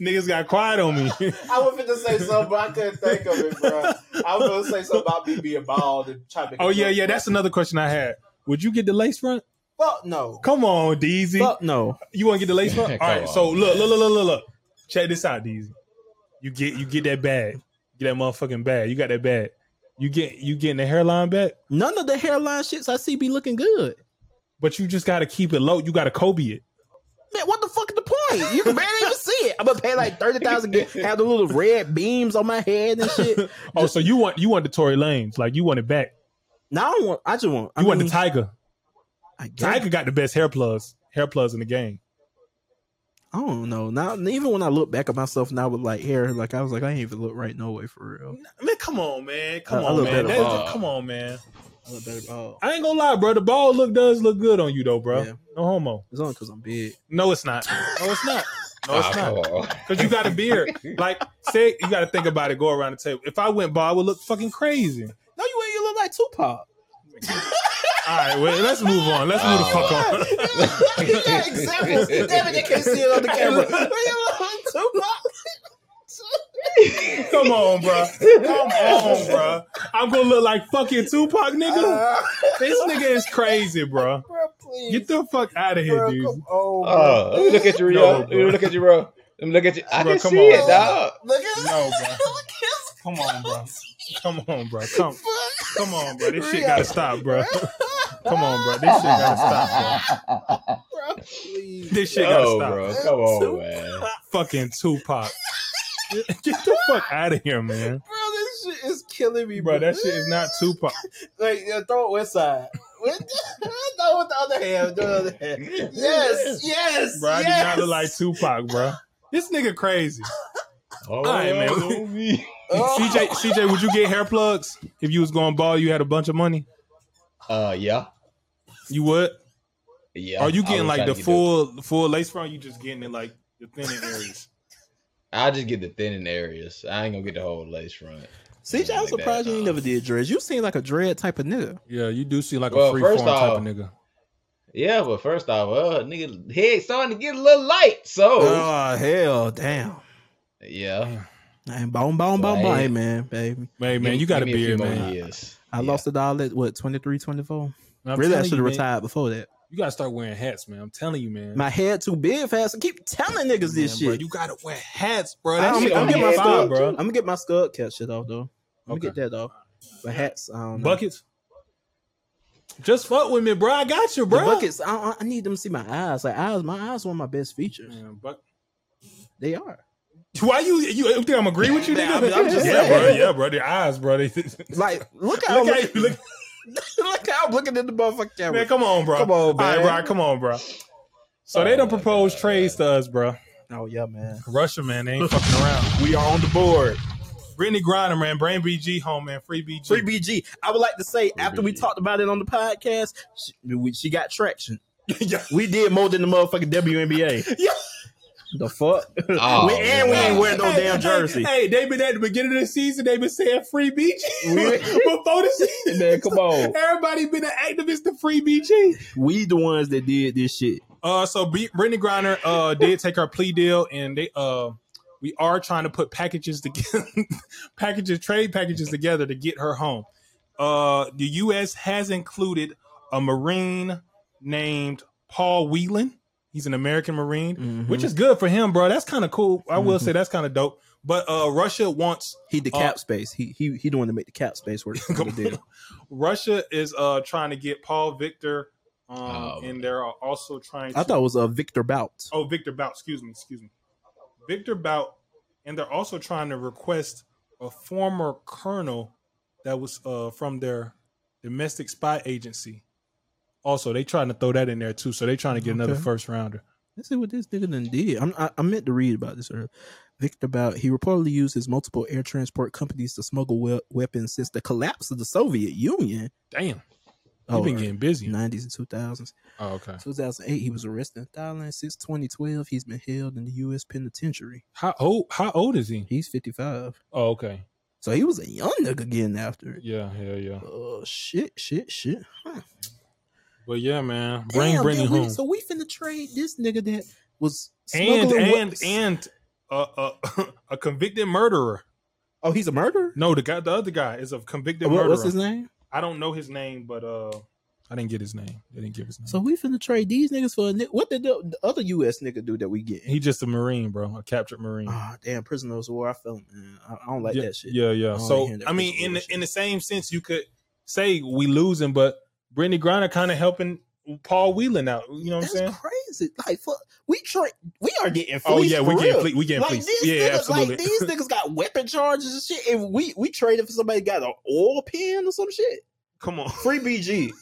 Speaker 1: Niggas got quiet on me. *laughs*
Speaker 4: I was finna say something, but I couldn't think of it, bro. I was gonna say something about me being bald and trying to.
Speaker 1: oh yeah, yeah. That's another question I had. Would you get the lace front?
Speaker 4: fuck no.
Speaker 1: Come on, DZ.
Speaker 3: Fuck no.
Speaker 1: You want to get the lace front? All
Speaker 2: Come
Speaker 1: right.
Speaker 2: on.
Speaker 1: So look, look, look, look, look, look. Check this out, DZ. You get you get that bag. Get that motherfucking bag. You got that bag. You get you getting the hairline back,
Speaker 3: None of the hairline shits I see be looking good.
Speaker 1: but you just got to keep it low. You got to Kobe it.
Speaker 3: Man, what the fuck is the point? You can barely even see it. I'm gonna pay like thirty thousand. Have the little red beams on my head and
Speaker 1: *laughs*
Speaker 3: shit.
Speaker 1: Oh, so you want you want the Tory Lanes? Like you want it back?
Speaker 3: Now I don't want. I just want. I
Speaker 1: You want the
Speaker 3: mean,
Speaker 1: Tiger?
Speaker 3: I, guess-
Speaker 1: Tiger got the best hair plugs, hair plugs in the game.
Speaker 3: I don't know. Now even when I look back at myself now with like hair, like I was like, I ain't even look right no way for real.
Speaker 1: Man, come on, man,
Speaker 3: Come on, man.
Speaker 2: That is-
Speaker 1: come on, man.
Speaker 3: I look better. Oh,
Speaker 1: I ain't gonna lie, bro. The bald look does look good on you, though, bro.
Speaker 3: Yeah.
Speaker 1: No homo.
Speaker 3: it's only because I'm big.
Speaker 1: No, it's not. No, it's not. No,
Speaker 2: Ah,
Speaker 1: it's not.
Speaker 2: come on.
Speaker 1: Cause you got a beard. Like, say you got to think about it. Go around the table. If I went bald, I would look fucking crazy.
Speaker 3: No, you ain't. You look like
Speaker 2: *laughs*
Speaker 3: Tupac.
Speaker 1: All right, well, let's move on. Let's move the fuck on.
Speaker 3: you got examples. *laughs* Damn it, they can't see it
Speaker 4: *laughs*
Speaker 3: on the camera. you look like Tupac.
Speaker 1: *laughs* Come on, bro. Come on, bro. I'm gonna look like fucking Tupac, nigga. This nigga is crazy, bro.
Speaker 4: Bro, please.
Speaker 1: Get the fuck out of here,
Speaker 4: bro,
Speaker 1: dude.
Speaker 4: come on, bro.
Speaker 2: Uh, let me look at you,
Speaker 1: No,
Speaker 2: Rio. let me
Speaker 1: bro.
Speaker 2: look at you, bro. Let me look at you. I
Speaker 1: Bro,
Speaker 2: can
Speaker 1: come on.
Speaker 2: see it, dog.
Speaker 4: *laughs* Look at
Speaker 1: No, bro.
Speaker 4: Look at
Speaker 1: Come on, bro. *laughs* Come on, bro. Come, come on, bro. This shit
Speaker 4: Rio.
Speaker 1: gotta stop,
Speaker 2: *laughs*
Speaker 1: bro. Come on, bro. This shit gotta stop,
Speaker 4: bro. Please.
Speaker 1: bro. This shit gotta
Speaker 2: No,
Speaker 1: stop.
Speaker 2: bro. Come on,
Speaker 3: Tupac.
Speaker 2: man.
Speaker 1: Fucking Tupac. *laughs* Get the fuck out of here, man.
Speaker 4: Bro, this shit is killing me,
Speaker 1: Bro, that shit is not Tupac.
Speaker 4: Like, yeah, throw it with side. *laughs* With, no, with the other hand. The other hand. Yes, yes,
Speaker 1: Bro, I do
Speaker 4: yes.
Speaker 1: not look like Tupac, bro. This nigga crazy.
Speaker 2: All
Speaker 1: right, man. *laughs*
Speaker 2: man.
Speaker 4: Oh.
Speaker 1: CJ, CJ, would you get hair plugs if you was going ball? You had a bunch of money.
Speaker 2: Uh, yeah.
Speaker 1: You would.
Speaker 2: Yeah.
Speaker 1: Are you
Speaker 2: I
Speaker 1: getting
Speaker 2: would
Speaker 1: like
Speaker 2: try to
Speaker 1: the
Speaker 2: get
Speaker 1: full full lace front? You just getting it like the thinning areas.
Speaker 2: I just get the thinning areas. I ain't gonna get the whole lace front.
Speaker 3: CJ, I'm
Speaker 2: Like that,
Speaker 3: surprised you ain't
Speaker 2: uh,
Speaker 3: never did dreads. You seem like a dread type of nigga.
Speaker 1: Yeah, you do see like
Speaker 2: Well,
Speaker 1: a free form
Speaker 2: first
Speaker 1: type
Speaker 2: off-
Speaker 1: of nigga.
Speaker 2: Yeah, but first off, uh, nigga, head starting to get a little light. So
Speaker 1: Uh,
Speaker 3: Oh hell, damn.
Speaker 2: yeah,
Speaker 3: Man, bone, bone, bone, bone.
Speaker 2: Right.
Speaker 3: Hey, man, baby.
Speaker 1: Hey man,
Speaker 2: Give-
Speaker 1: you got a
Speaker 2: give me few
Speaker 1: beard,
Speaker 2: more
Speaker 1: man.
Speaker 2: years.
Speaker 3: I
Speaker 2: Yeah.
Speaker 3: lost a dollar at what 23, 24?
Speaker 1: I'm
Speaker 3: really, I
Speaker 1: telling
Speaker 3: should
Speaker 1: you,
Speaker 3: have
Speaker 1: man,
Speaker 3: retired before that.
Speaker 1: You gotta start wearing hats, man. I'm telling you, man.
Speaker 3: My head too big fast. I keep telling
Speaker 1: Man,
Speaker 3: niggas this
Speaker 1: bro,
Speaker 3: shit.
Speaker 1: you gotta wear hats, bro.
Speaker 3: I'm,
Speaker 1: That shit gonna
Speaker 3: I'm gonna
Speaker 1: be
Speaker 3: get my
Speaker 4: head
Speaker 1: fire,
Speaker 3: skull,
Speaker 4: out,
Speaker 1: bro.
Speaker 3: I'm gonna get my skull cat shit off though. I'm
Speaker 1: Okay.
Speaker 3: gonna get that off. But hats, I don't know.
Speaker 1: Buckets. Just fuck with me, bro. I got you,
Speaker 3: The
Speaker 1: bro.
Speaker 3: buckets. I, I- I need them to see my eyes. Like eyes, my eyes are one of my best features.
Speaker 1: Man, buck-
Speaker 3: They are.
Speaker 1: Why you, you you think I'm agree with you?
Speaker 3: Man,
Speaker 1: nigga?
Speaker 3: I'm- I'm just
Speaker 1: yeah, bro.
Speaker 3: saying.
Speaker 1: Yeah, bro. The eyes, bro. They,
Speaker 3: *laughs* Like look how
Speaker 1: look
Speaker 3: I'm
Speaker 1: at you.
Speaker 3: looking,
Speaker 1: Look,
Speaker 3: look how I'm looking at the motherfucking camera.
Speaker 1: man, come on, bro.
Speaker 3: Come on,
Speaker 1: All right,
Speaker 3: man.
Speaker 1: bro. Come on, bro. So they
Speaker 2: Oh
Speaker 1: don't
Speaker 2: my
Speaker 1: propose
Speaker 2: God.
Speaker 1: trades to us, bro.
Speaker 3: oh yeah, man.
Speaker 1: Russia, man, they
Speaker 3: *laughs*
Speaker 1: ain't fucking around.
Speaker 3: We are on the board.
Speaker 1: Brittany Griner, man, Brain BG home, man, free BG.
Speaker 3: Free BG. I would like to say after we
Speaker 2: BG.
Speaker 3: talked about it on the podcast, she, we, she got *laughs* traction.
Speaker 1: Yeah.
Speaker 3: We did more than the motherfucking *laughs* WNBA.
Speaker 1: Yeah.
Speaker 3: The fuck? *laughs*
Speaker 2: Oh,
Speaker 3: we, and we ain't
Speaker 2: man.
Speaker 3: wearing no
Speaker 1: Hey,
Speaker 3: damn
Speaker 1: hey,
Speaker 3: *laughs* jersey.
Speaker 1: Hey, they been at the beginning of the season. They been saying free BG
Speaker 3: *laughs* We-
Speaker 1: before the season.
Speaker 3: Man, come on.
Speaker 1: Everybody been an activist to free BG.
Speaker 3: We the ones that did this shit.
Speaker 1: Uh, so B- Brittany Griner uh *laughs* did take her plea deal, and they uh we are trying to put packages together, *laughs* packages trade packages together to get her home. Uh, the U.S. has included a Marine named Paul Whelan. He's an American Marine,
Speaker 3: Mm-hmm.
Speaker 1: which is good for him, bro. That's kind of cool. I will say that's kind of dope. But uh, Russia wants
Speaker 3: he the
Speaker 1: uh,
Speaker 3: cap space. He he he the one to make the cap space work. *laughs*
Speaker 1: Come on.
Speaker 3: Deal.
Speaker 1: Russia is uh trying to get Paul Victor, um,
Speaker 2: Oh,
Speaker 1: and they're also trying. To,
Speaker 3: I thought it was uh, Victor Bout.
Speaker 1: Oh, Victor Bout. Excuse me. Excuse me. Victor Bout, and they're also trying to request a former colonel that was uh, from their domestic spy agency. Also, they trying to throw that in there too. So they trying to get another
Speaker 3: Okay.
Speaker 1: first rounder.
Speaker 3: Let's see what this nigga done did. I'm, I, I meant to read about this earlier. Victor Bout, he reportedly used his multiple air transport companies to smuggle we- weapons since the collapse of the Soviet Union.
Speaker 1: Damn,
Speaker 3: Oh,
Speaker 1: you've been getting busy.
Speaker 3: 90s and 2000s.
Speaker 1: Oh, okay.
Speaker 3: 2008, he was arrested in Thailand. Since 2012, he's been held in the U.S. penitentiary.
Speaker 1: How old? How old is he?
Speaker 3: He's 55.
Speaker 1: Oh, okay.
Speaker 3: So he was a young nigga getting after it.
Speaker 1: Yeah, yeah, yeah.
Speaker 3: Oh, shit, shit, shit. Huh.
Speaker 1: But yeah, man, bring
Speaker 3: Damn,
Speaker 1: Brittany
Speaker 3: then we-
Speaker 1: home.
Speaker 3: So we finna trade this nigga that was
Speaker 1: and
Speaker 3: smuggling
Speaker 1: and
Speaker 3: wep-
Speaker 1: and uh, uh, *laughs* a convicted murderer.
Speaker 3: oh, he's a murderer.
Speaker 1: No, the guy, the other guy is a convicted
Speaker 3: What-
Speaker 1: murderer.
Speaker 3: what's his name?
Speaker 1: I don't know his name, but
Speaker 4: *laughs*
Speaker 1: uh, I didn't get his name. They didn't give his name.
Speaker 3: So we finna trade these niggas for a ni- what did the, the other U.S. nigga do that we get?
Speaker 1: he just a marine, bro, a captured marine.
Speaker 3: Ah, damn, prisoners of war. I felt man, I, I don't like
Speaker 1: yeah,
Speaker 3: that shit.
Speaker 1: Yeah,
Speaker 3: I
Speaker 1: yeah.
Speaker 3: don't wanna
Speaker 1: So
Speaker 3: hear that
Speaker 1: I mean,
Speaker 3: physical
Speaker 1: in the,
Speaker 3: shit.
Speaker 1: in the same sense, you could say we losing, but Brittany Griner kind of helping Paul Whelan out. You know what I'm
Speaker 3: That's
Speaker 1: saying?
Speaker 3: crazy. Like, fuck, we tra- we are getting fleeced.
Speaker 1: Oh yeah, we
Speaker 3: for
Speaker 1: getting
Speaker 3: real.
Speaker 1: fleet. We getting
Speaker 3: Like
Speaker 1: fleeced.
Speaker 3: these
Speaker 1: Yeah,
Speaker 3: niggas,
Speaker 1: absolutely.
Speaker 3: like these niggas got weapon charges and shit. And we we traded for somebody that got an oil pen or some shit.
Speaker 1: *laughs* Come
Speaker 3: *laughs*
Speaker 1: on.
Speaker 3: Free BG,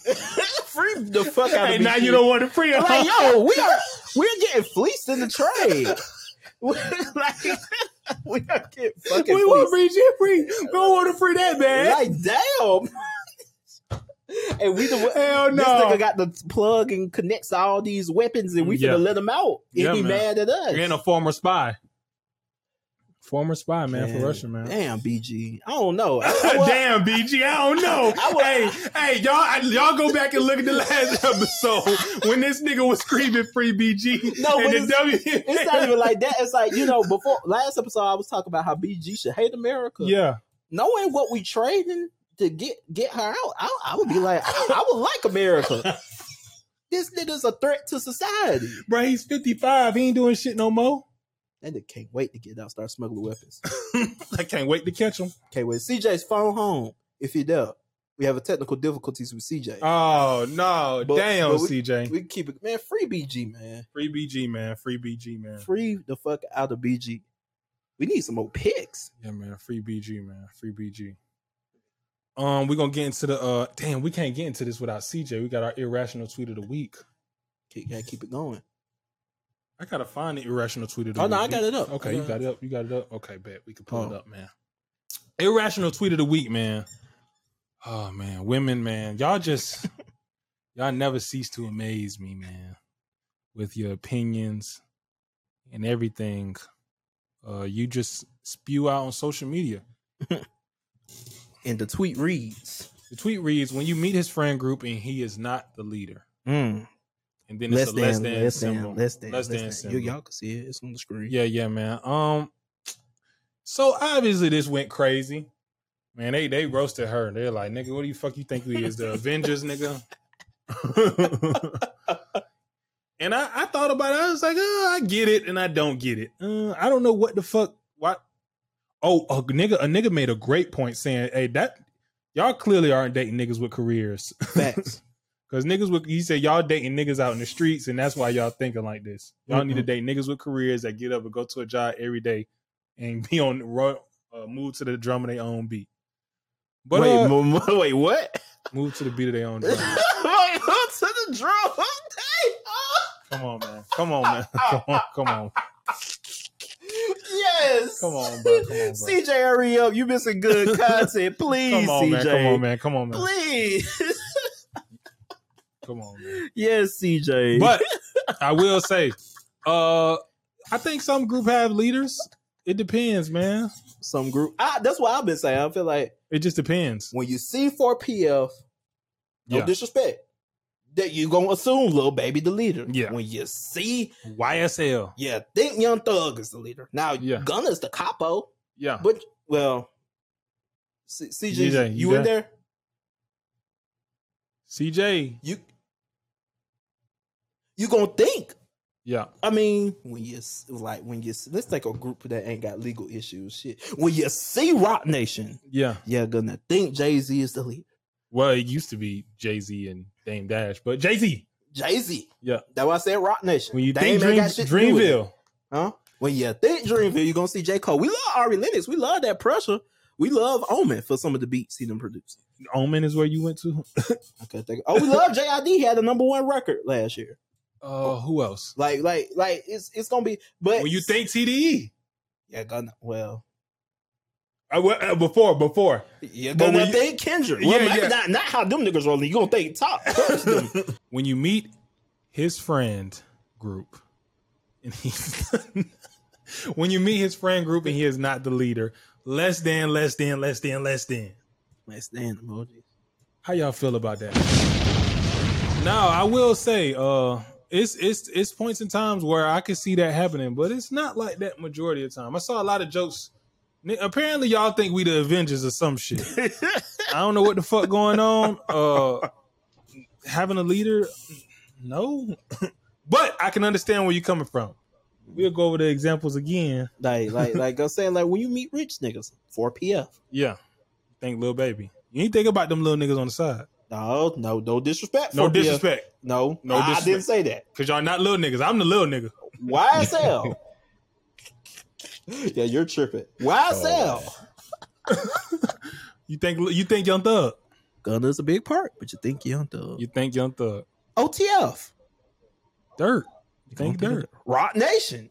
Speaker 3: free the fuck out
Speaker 1: Hey,
Speaker 3: of
Speaker 1: now
Speaker 3: BG.
Speaker 1: you don't want to free her.
Speaker 3: like, *laughs* yo, we are we're getting fleeced in the trade. *laughs* We're like, *laughs* we are getting
Speaker 1: *laughs*
Speaker 3: fucking
Speaker 1: we want
Speaker 3: fleeced.
Speaker 1: free Jeffrey. We don't want to free that man.
Speaker 3: Like, damn. *laughs* and we the *laughs*
Speaker 1: Hell
Speaker 3: This
Speaker 1: no.
Speaker 3: nigga got the plug and connects to all these weapons, and we
Speaker 1: Yeah.
Speaker 3: finna let him out. And
Speaker 1: Yeah,
Speaker 3: he
Speaker 1: man.
Speaker 3: mad at us.
Speaker 1: and a former spy. Former spy, man,
Speaker 3: Man,
Speaker 1: for Russia, man. *laughs*
Speaker 3: *laughs* Damn, BG. I don't know. I, I would-
Speaker 1: Damn, BG, I don't know.
Speaker 3: *laughs* I would-
Speaker 1: hey, hey, y'all, I- y'all go back and look at the last *laughs* episode when this nigga was screaming "Free
Speaker 3: *laughs*
Speaker 1: BG"
Speaker 3: No,
Speaker 1: and
Speaker 3: but
Speaker 1: the W.
Speaker 3: It's
Speaker 1: *laughs*
Speaker 3: not even like that. It's like you know. Before last episode, I was talking about how BG should hate America.
Speaker 1: yeah,
Speaker 3: knowing what we trading to get get her out, I, I would be like, I, I would like *laughs* America. this nigga's a threat to society.
Speaker 1: bro, he's fifty five. He ain't doing shit no more.
Speaker 3: That nigga can't wait to get out, start smuggling weapons.
Speaker 1: I can't wait to catch him.
Speaker 3: Can't wait. CJ's phone home if he does. We have a technical difficulties with CJ.
Speaker 1: Oh no,
Speaker 3: But-
Speaker 1: damn,
Speaker 3: but
Speaker 1: CJ,
Speaker 3: we keep it, man. Free BG, man.
Speaker 1: free BG, man, free BG, man.
Speaker 3: Free the fuck out of BG. We need some more picks.
Speaker 1: Yeah, man. Free BG, man. Free BG. Um, we're gonna get into the uh damn, we can't get into this without CJ. We got our irrational tweet of the week.
Speaker 3: Keep, gotta keep it going.
Speaker 1: I gotta find the irrational tweet of the
Speaker 3: Oh
Speaker 1: week.
Speaker 3: no, I got it up.
Speaker 1: Okay, you got it up. You got it up. Okay, bet we can pull it
Speaker 3: Oh.
Speaker 1: up, man.
Speaker 3: *laughs*
Speaker 1: Irrational tweet of the week, man. Oh man, women, man. Y'all just Y'all never cease to amaze me, man, with your opinions and everything. Uh, you just spew out on social media.
Speaker 3: And the tweet reads,
Speaker 1: The tweet reads: When you meet his friend group and he is not the leader,
Speaker 3: mm,
Speaker 1: and then
Speaker 3: less,
Speaker 1: it's a less
Speaker 3: than,
Speaker 1: than,
Speaker 3: less
Speaker 1: symbol.
Speaker 3: than, less than,
Speaker 1: Less
Speaker 3: less
Speaker 1: than
Speaker 3: than,
Speaker 1: symbol.
Speaker 3: You, all can see it. It's on the screen.
Speaker 1: Yeah, yeah, man. Um, so obviously this went crazy. Man, they they roasted her. They're like, nigga, what do you fuck you think we is? The Avengers, nigga. and I, I thought about it. I was like, oh, I get it, and I don't get it. Uh, I don't know what the fuck. What? Oh, a nigga, a nigga made a great point saying, hey, that y'all clearly aren't dating niggas with careers.
Speaker 3: Facts.
Speaker 1: Cause niggas with you say y'all dating niggas out in the streets, and that's why y'all thinking like this. Y'all need to
Speaker 3: Mhm.
Speaker 1: date niggas with careers that get up and go to a job every day and be on run, uh, move to the drum of their own beat. But
Speaker 3: wait,
Speaker 1: uh,
Speaker 3: mo- mo- wait, what? *laughs*
Speaker 1: move to the beat of their own
Speaker 4: wait,
Speaker 1: drum.
Speaker 4: who to the drum? Hey, oh,
Speaker 1: Come on, man. Come on, man. *laughs* Come on, come on,
Speaker 4: yes.
Speaker 1: come on, bro. Come
Speaker 3: *laughs*
Speaker 1: on, bro.
Speaker 3: CJ, hurry up! You missing good content, please.
Speaker 1: Come on,
Speaker 3: CJ.
Speaker 1: man. Come on, man. Come on, man.
Speaker 3: Please, *laughs*
Speaker 1: Come on, man.
Speaker 3: yes, CJ.
Speaker 1: But I will say, uh, I think some group have leaders. It depends, man.
Speaker 3: some group. I, that's what I've been saying. I feel like
Speaker 1: It just depends.
Speaker 3: when you see four PF, no
Speaker 1: Yeah.
Speaker 3: disrespect, that you gonna assume little baby the leader.
Speaker 1: Yeah.
Speaker 3: When you see,
Speaker 1: YSL.
Speaker 3: yeah, think Young Thug is the leader. Now
Speaker 1: Yeah.
Speaker 3: Gunna's the capo,
Speaker 1: Yeah.
Speaker 3: but well, C- CJ,
Speaker 1: DJ,
Speaker 3: you,
Speaker 1: you
Speaker 3: in there?
Speaker 1: CJ.
Speaker 3: You you gonna think?
Speaker 1: Yeah.
Speaker 3: I mean, when you s- like when you s- let's take a group that ain't got legal issues. Shit, when you see Rock Nation,
Speaker 1: Yeah.
Speaker 3: yeah, gonna think Jay Z is the leader.
Speaker 1: Well, it used to be Jay Z and Dame Dash, but Jay Z.
Speaker 3: Jay Z.
Speaker 1: Yeah.
Speaker 3: That's why I said Rock Nation.
Speaker 1: When you
Speaker 3: They
Speaker 1: think
Speaker 3: ain't
Speaker 1: Dream,
Speaker 3: got shit to do with it,
Speaker 1: Dreamville,
Speaker 3: huh? When you think Dreamville, you're gonna see J. Cole. We love Ari Lennox. We love that pressure. We love Omen for some of the beats he done produced.
Speaker 1: Omen is where you went to.
Speaker 3: Okay, thank
Speaker 1: *laughs*
Speaker 3: Oh, we love JID. He had a number one record last year.
Speaker 1: Uh, who else?
Speaker 3: Like, like, like it's it's gonna be but
Speaker 1: When you think TDE,
Speaker 3: Yeah, gonna well.
Speaker 1: I, well, uh, before, before.
Speaker 3: You're
Speaker 1: But when
Speaker 3: gonna
Speaker 1: you-
Speaker 3: think Kendrick.
Speaker 1: Yeah,
Speaker 3: Well, maybe
Speaker 1: yeah.
Speaker 3: Not, not how them niggas rolling. You're gonna think top. Curse them. *laughs*
Speaker 1: when you meet his friend group, *laughs* and he's *laughs* when you meet his friend group and he is not the leader, less than, less than, less than, less than.
Speaker 3: Let's stand emoji.
Speaker 1: How y'all feel about that? Now, I will say, uh, it's it's it's points and times where I can see that happening, but it's not like that majority of the time. I saw a lot of jokes. Ni- Apparently, y'all think we the Avengers or some *laughs* shit. I don't know what the fuck going on. Uh, having a leader, no, *laughs* but I can understand where you're coming from. We'll go over the examples again.
Speaker 3: Like, like, like I'm saying, like when you meet rich niggas, 4 PF.
Speaker 1: Yeah, think little baby. You ain't think about them little niggas on the side.
Speaker 3: No, no, no disrespect.
Speaker 1: No
Speaker 3: 4 PF.
Speaker 1: disrespect,
Speaker 3: No,
Speaker 1: No
Speaker 3: no, I,
Speaker 1: disrespect.
Speaker 3: didn't say that.
Speaker 1: cause y'all not little niggas. I'm the little nigga. *laughs*
Speaker 3: YSL. yeah, you're tripping. YSL.
Speaker 1: Oh. You think you think Young Thug?
Speaker 3: Gunner's a big part, but you think Young Thug.
Speaker 1: You think Young Thug?
Speaker 3: OTF.
Speaker 1: Dirt. You think
Speaker 3: Gonna be
Speaker 1: Dirt?
Speaker 3: the- Rock Nation.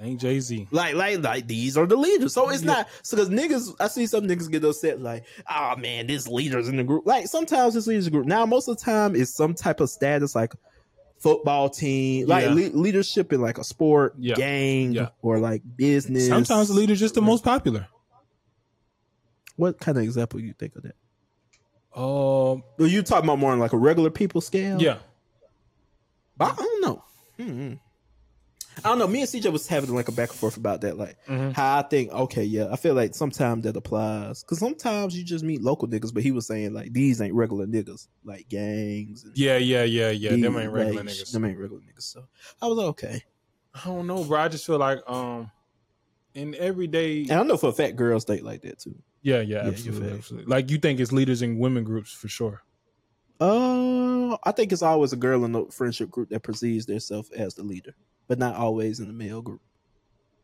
Speaker 1: Think Jay Z?
Speaker 3: Like, like, like, these are the leaders. So it's
Speaker 1: Yeah.
Speaker 3: not, so because niggas, I see some niggas get upset, like, oh man, this leader's in the group. Like, sometimes this leader's in the group. Now, most of the time, it's some type of status, like football team, like
Speaker 1: Yeah.
Speaker 3: le- leadership in like a sport,
Speaker 1: Yeah.
Speaker 3: gang,
Speaker 1: Yeah.
Speaker 3: or like business.
Speaker 1: Sometimes the leader's just the most popular.
Speaker 3: What kind of example you think of that?
Speaker 1: Um.
Speaker 3: Well, you talking about more on like a regular people scale?
Speaker 1: Yeah.
Speaker 3: But I don't know. Mm-mm. I don't know. Me and CJ was having like a back and forth about that, like
Speaker 1: Mhm.
Speaker 3: how I think. Okay, yeah, I feel like sometimes that applies because sometimes you just meet local niggas. But he was saying like these ain't regular niggas, like gangs. And
Speaker 1: Yeah. Yeah. Yeah. Yeah. Them
Speaker 3: these,
Speaker 1: ain't regular
Speaker 3: like,
Speaker 1: niggas.
Speaker 3: Them ain't regular niggas. So I was like, okay,
Speaker 1: I don't know, bro. I just feel like um, in everyday.
Speaker 3: and I know for a fact girls date like that too.
Speaker 1: Yeah. Yeah.
Speaker 3: you're
Speaker 1: Absolutely.
Speaker 3: fat.
Speaker 1: absolutely. Like you think it's leaders in women groups for sure.
Speaker 3: Oh, I think it's always a girl in the friendship group that perceives themselves as the leader, but not always in the male group.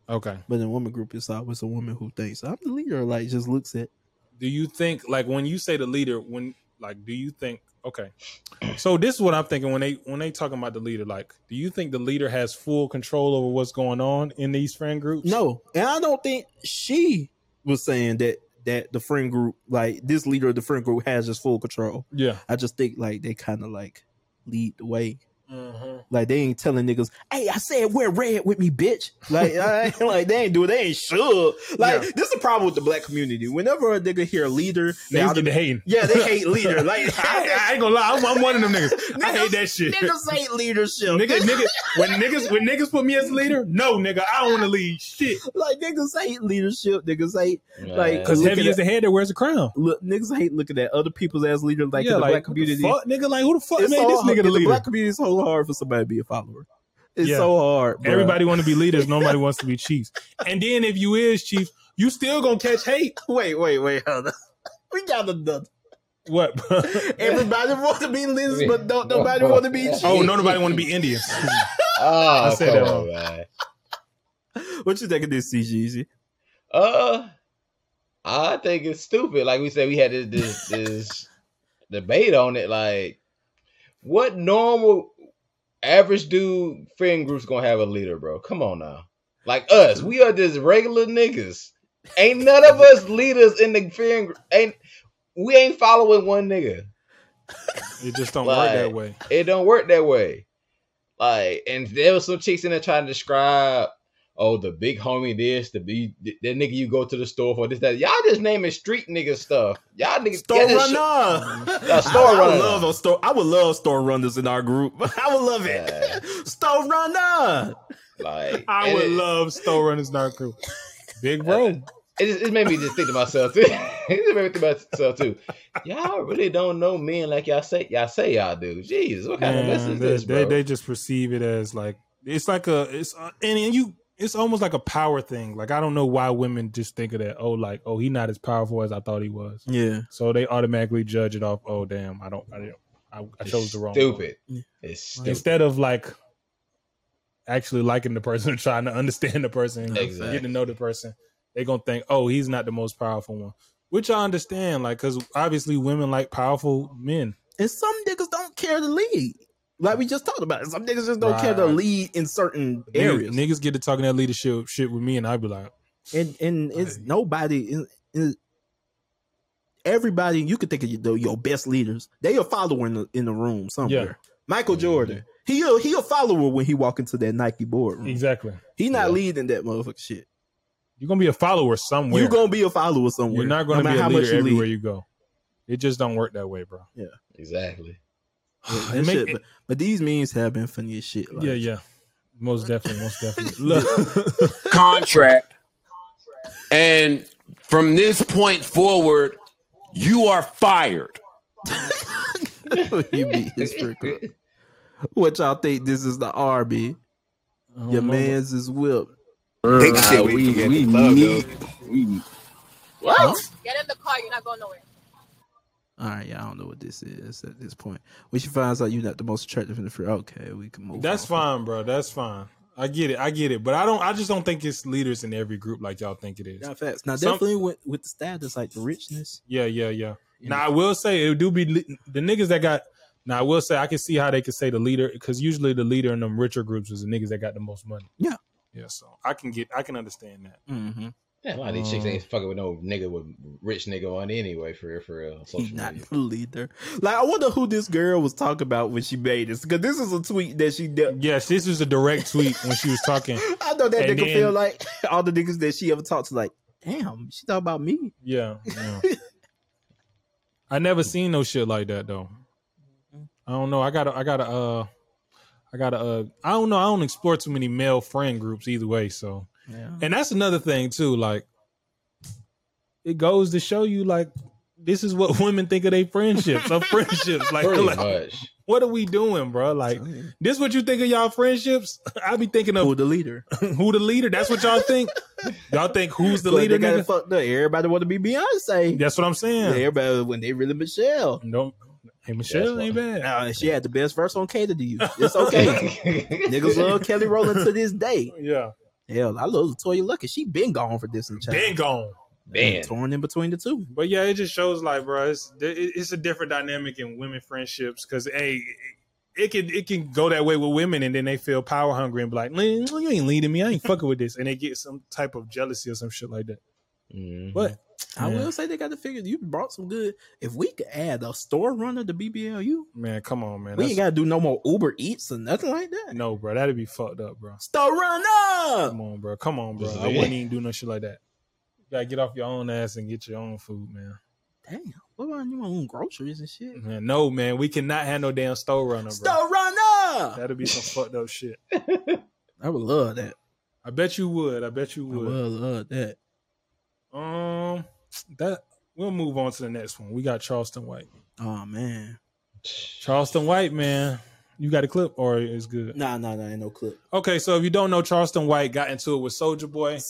Speaker 1: Okay.
Speaker 3: But in woman group, it's always a woman who thinks I'm the leader. Like just looks at
Speaker 1: do you think like when you say the leader when like do you think okay so this is what i'm thinking when they when they talking about the leader like do you think the leader has full control over what's going on in these friend groups
Speaker 3: No, and I don't think she was saying that that the friend group, like this leader of the friend group, has just full control.
Speaker 1: yeah
Speaker 3: I just think like they kind of like lead the way.
Speaker 4: Mm-hmm.
Speaker 3: Like they ain't telling niggas, hey, I said wear red with me, bitch. Like, *laughs* I ain't- like they ain't do it. They ain't sure. Like
Speaker 4: Yeah.
Speaker 3: this is a problem with the black community. Whenever a nigga hear a leader, they
Speaker 1: Niggas
Speaker 3: autom-
Speaker 1: get *laughs* to hating.
Speaker 3: yeah, they hate leader. *laughs* Like
Speaker 1: I, I ain't gonna lie, I'm, I'm one of them niggas. I hate that shit.
Speaker 3: niggas hate leadership. *laughs*
Speaker 1: Nigga, nigga, when niggas when niggas put me as leader, no nigga, I don't want to lead shit.
Speaker 3: Like niggas hate leadership. Niggas hate Like,
Speaker 1: Cause
Speaker 3: Look
Speaker 1: heavy
Speaker 3: at
Speaker 1: is the head that wears the crown.
Speaker 3: look. Niggas hate looking at other people's as leaders. Like in the black
Speaker 1: what the
Speaker 3: community,
Speaker 1: fuck, nigga, like who the fuck
Speaker 3: It's
Speaker 1: made
Speaker 3: so
Speaker 1: this
Speaker 3: hard-
Speaker 1: nigga the
Speaker 3: in the
Speaker 1: leader?
Speaker 3: black community. It's so hard for somebody to be a follower. It's
Speaker 1: Yeah.
Speaker 3: so hard. bruh.
Speaker 1: Everybody want to be leaders. Nobody wants to be chiefs. And then if you is chief, you still gonna catch hate.
Speaker 3: Wait, wait, wait. Hold on. *laughs* We got another.
Speaker 1: What? bro?
Speaker 3: Everybody *laughs* want to be leaders, but don't nobody want to be chief.
Speaker 1: oh, no, nobody want to be Indians.
Speaker 2: oh,
Speaker 1: I said
Speaker 2: come
Speaker 1: that
Speaker 2: on, man.
Speaker 3: *laughs* What you think of this, CGZ?
Speaker 2: Uh, I think it's stupid. Like we said, we had this this, this debate on it. Like, what normal average dude friend group's gonna have a leader, bro? Come on now. Like us, we are just regular niggas. Ain't none of us leaders in the friend group. Ain't we ain't following one nigga.
Speaker 1: It just don't
Speaker 2: Like-
Speaker 1: work that way.
Speaker 2: It don't work that way. Like, and there was some chicks in there trying to describe, oh, the big homie this, the big that nigga you go to the store for this that. Y'all just naming street nigga stuff. Y'all niggas
Speaker 3: Store
Speaker 2: y'all just sh-
Speaker 3: runner.
Speaker 2: Yeah, uh, store
Speaker 3: I, I
Speaker 2: runner.
Speaker 3: would love a store. I would love store runners in
Speaker 1: *laughs*
Speaker 3: our group. I would love it.
Speaker 2: *laughs* Yeah.
Speaker 3: Store runner.
Speaker 2: Like,
Speaker 1: I
Speaker 2: and
Speaker 1: would
Speaker 2: it,
Speaker 1: love Stow Runners Dark Crew. Big bro.
Speaker 2: It, just, it made me just think to myself too. *laughs* it just made me think to myself too. Y'all really don't know men like y'all say y'all say y'all do. Jeez, what kind
Speaker 1: Man,
Speaker 2: of mess is
Speaker 1: they,
Speaker 2: this,
Speaker 1: they,
Speaker 2: bro?
Speaker 1: they just perceive it as like it's like a it's uh, and, and you it's almost like a power thing. Like I don't know why women just think of that. Oh, like oh, he not as powerful as I thought he was.
Speaker 3: Yeah.
Speaker 1: So they automatically judge it off. Oh, damn, I don't, I didn't, I, I
Speaker 2: It's
Speaker 1: chose the wrong. one.
Speaker 2: Stupid.
Speaker 3: Yeah.
Speaker 2: It's stupid.
Speaker 1: Instead of like actually liking the person, *laughs* trying to understand the person, and
Speaker 2: Exactly.
Speaker 1: getting to know the person, they gonna think, oh, he's not the most powerful one. Which I understand, like, because obviously women like powerful men.
Speaker 3: And some niggas don't care to lead. Like we just talked about, it. some niggas just don't care to
Speaker 1: Right.
Speaker 3: lead in certain
Speaker 1: Niggas,
Speaker 3: areas.
Speaker 1: niggas get to talking that leadership shit with me, and I'd be like,
Speaker 3: and and it's
Speaker 1: Right.
Speaker 3: nobody in, in everybody you could think of your, your best leaders they a follower in the, in the room somewhere
Speaker 1: Yeah.
Speaker 3: michael jordan he a, he a follower when he walk into that nike board room.
Speaker 1: exactly.
Speaker 3: he not
Speaker 2: Yeah.
Speaker 3: leading that motherfucker shit
Speaker 1: You're gonna be a follower somewhere.
Speaker 3: you gonna be a follower somewhere
Speaker 1: You're not gonna
Speaker 3: no matter
Speaker 1: be a
Speaker 3: how much
Speaker 1: leader
Speaker 3: you
Speaker 1: everywhere
Speaker 3: lead.
Speaker 1: you go. It just don't work that way,
Speaker 3: *sighs*
Speaker 1: bro.
Speaker 2: Exactly.
Speaker 3: Yeah,
Speaker 1: It
Speaker 3: that
Speaker 1: make-
Speaker 3: shit, but, but these memes have been funny as shit like- *laughs*
Speaker 1: yeah, yeah. Most definitely, most definitely. Look,
Speaker 5: contract. And from this point forward, you are fired.
Speaker 3: You be his prick up. what y'all think this is the rb your man's is whipped
Speaker 5: Big
Speaker 6: shit, we
Speaker 5: we,
Speaker 6: forget
Speaker 5: we
Speaker 6: the club,
Speaker 5: need we
Speaker 4: What?
Speaker 7: Get in the car. You're not going nowhere.
Speaker 3: All right, yeah, I don't know what this is at this point. When she finds out you're not the most attractive in the free, okay, we can move.
Speaker 1: That's
Speaker 3: on.
Speaker 1: fine, bro. That's fine. I get it. I get it. But I don't. I just don't think it's leaders in every group like y'all think it is.
Speaker 3: Now, facts. Now,
Speaker 1: Some-
Speaker 3: definitely with with the status, like the richness.
Speaker 1: Yeah, yeah, yeah.
Speaker 3: you
Speaker 1: Now
Speaker 3: know.
Speaker 1: I will say it do be le- the niggas that got. Now I will say I can see how they could say the leader because usually the leader in them richer groups is the niggas that got the most money.
Speaker 3: Yeah.
Speaker 1: Yeah. So I can get. I can understand that.
Speaker 3: Mhm.
Speaker 2: Yeah, a lot of these chicks
Speaker 1: Um,
Speaker 2: ain't fucking with no nigga with rich nigga on anyway, for real, for real. on
Speaker 3: He
Speaker 2: Social
Speaker 3: not *laughs*
Speaker 2: media.
Speaker 3: the leader. Like, I wonder who this girl was talking about when she made this, because this is a tweet that she did.
Speaker 1: Yes, this is a direct tweet when she was talking.
Speaker 3: I know that
Speaker 1: And
Speaker 3: nigga
Speaker 1: then-
Speaker 3: feel like *laughs* all the niggas that she ever talked to, like, damn, she talking about me.
Speaker 1: Yeah. yeah. I never seen no shit like that though. I don't know. I gotta I gotta uh I gotta uh I don't know, I don't explore too many male friend groups either way, so
Speaker 3: Yeah.
Speaker 1: and that's another thing too, like it goes to show you like this is what *laughs* women think of their friendships, of friendships. Like,
Speaker 2: Pretty
Speaker 1: like,
Speaker 2: much.
Speaker 1: what are we doing, bro? Like, this what you think of y'all friendships? *laughs* I be thinking
Speaker 3: Who
Speaker 1: of
Speaker 3: the leader?
Speaker 1: who the leader. That's what y'all think. Y'all think who's the
Speaker 3: But
Speaker 1: leader?
Speaker 3: They got
Speaker 1: Nigga?
Speaker 3: it fucked up. Everybody want to be Beyonce.
Speaker 1: That's what I'm saying.
Speaker 3: Everybody when they really Michelle.
Speaker 1: Don't. Hey, Michelle
Speaker 2: That's
Speaker 1: ain't bad.
Speaker 3: Now, and she had the best verse on Cater to You.
Speaker 1: *laughs*
Speaker 3: It's okay. *laughs*
Speaker 2: *laughs*
Speaker 3: Niggas love Kelly Rowland to this day.
Speaker 1: Yeah,
Speaker 3: Hell, I love Latoya Lucky. She been gone for this and
Speaker 1: been gone.
Speaker 2: Man.
Speaker 3: torn in between the two.
Speaker 1: But yeah, it just shows like, bro, it's it- it's a different dynamic in women friendships because hey, it- it can it can go that way with women, and then they feel power hungry and be like, "Man, you ain't leading me. I ain't fucking with this," and they get some type of jealousy or some shit like that.
Speaker 2: Mhm.
Speaker 1: But
Speaker 3: I
Speaker 1: Yeah.
Speaker 3: will say they got to figure. You brought some good. If we could add a store runner to BBLU,
Speaker 1: man, come on, man.
Speaker 3: we ain't got to do no more Uber Eats or nothing like that.
Speaker 1: no, bro. That'd be fucked up, bro.
Speaker 3: Store runner.
Speaker 1: Come on, bro. Come on, bro.
Speaker 2: Just
Speaker 1: I
Speaker 2: leave.
Speaker 1: wouldn't even do no shit like that. You gotta get off your own ass and get your own food, man.
Speaker 3: Damn, what about your own groceries and shit?
Speaker 1: man no, man. We cannot have no damn store runner, bro.
Speaker 3: Store runner.
Speaker 1: That'd be some fucked up shit.
Speaker 3: I would love that.
Speaker 1: I bet you would. I bet you
Speaker 3: I would
Speaker 1: would.
Speaker 3: love that.
Speaker 1: Um, that we'll move on to the next one. We got Charleston White.
Speaker 3: Oh man.
Speaker 1: Charleston White, man. You got a clip or it's good?
Speaker 3: Nah, nah, nah. Ain't no clip.
Speaker 1: Okay, so if you don't know, Charleston White got into it with Soldier Boy.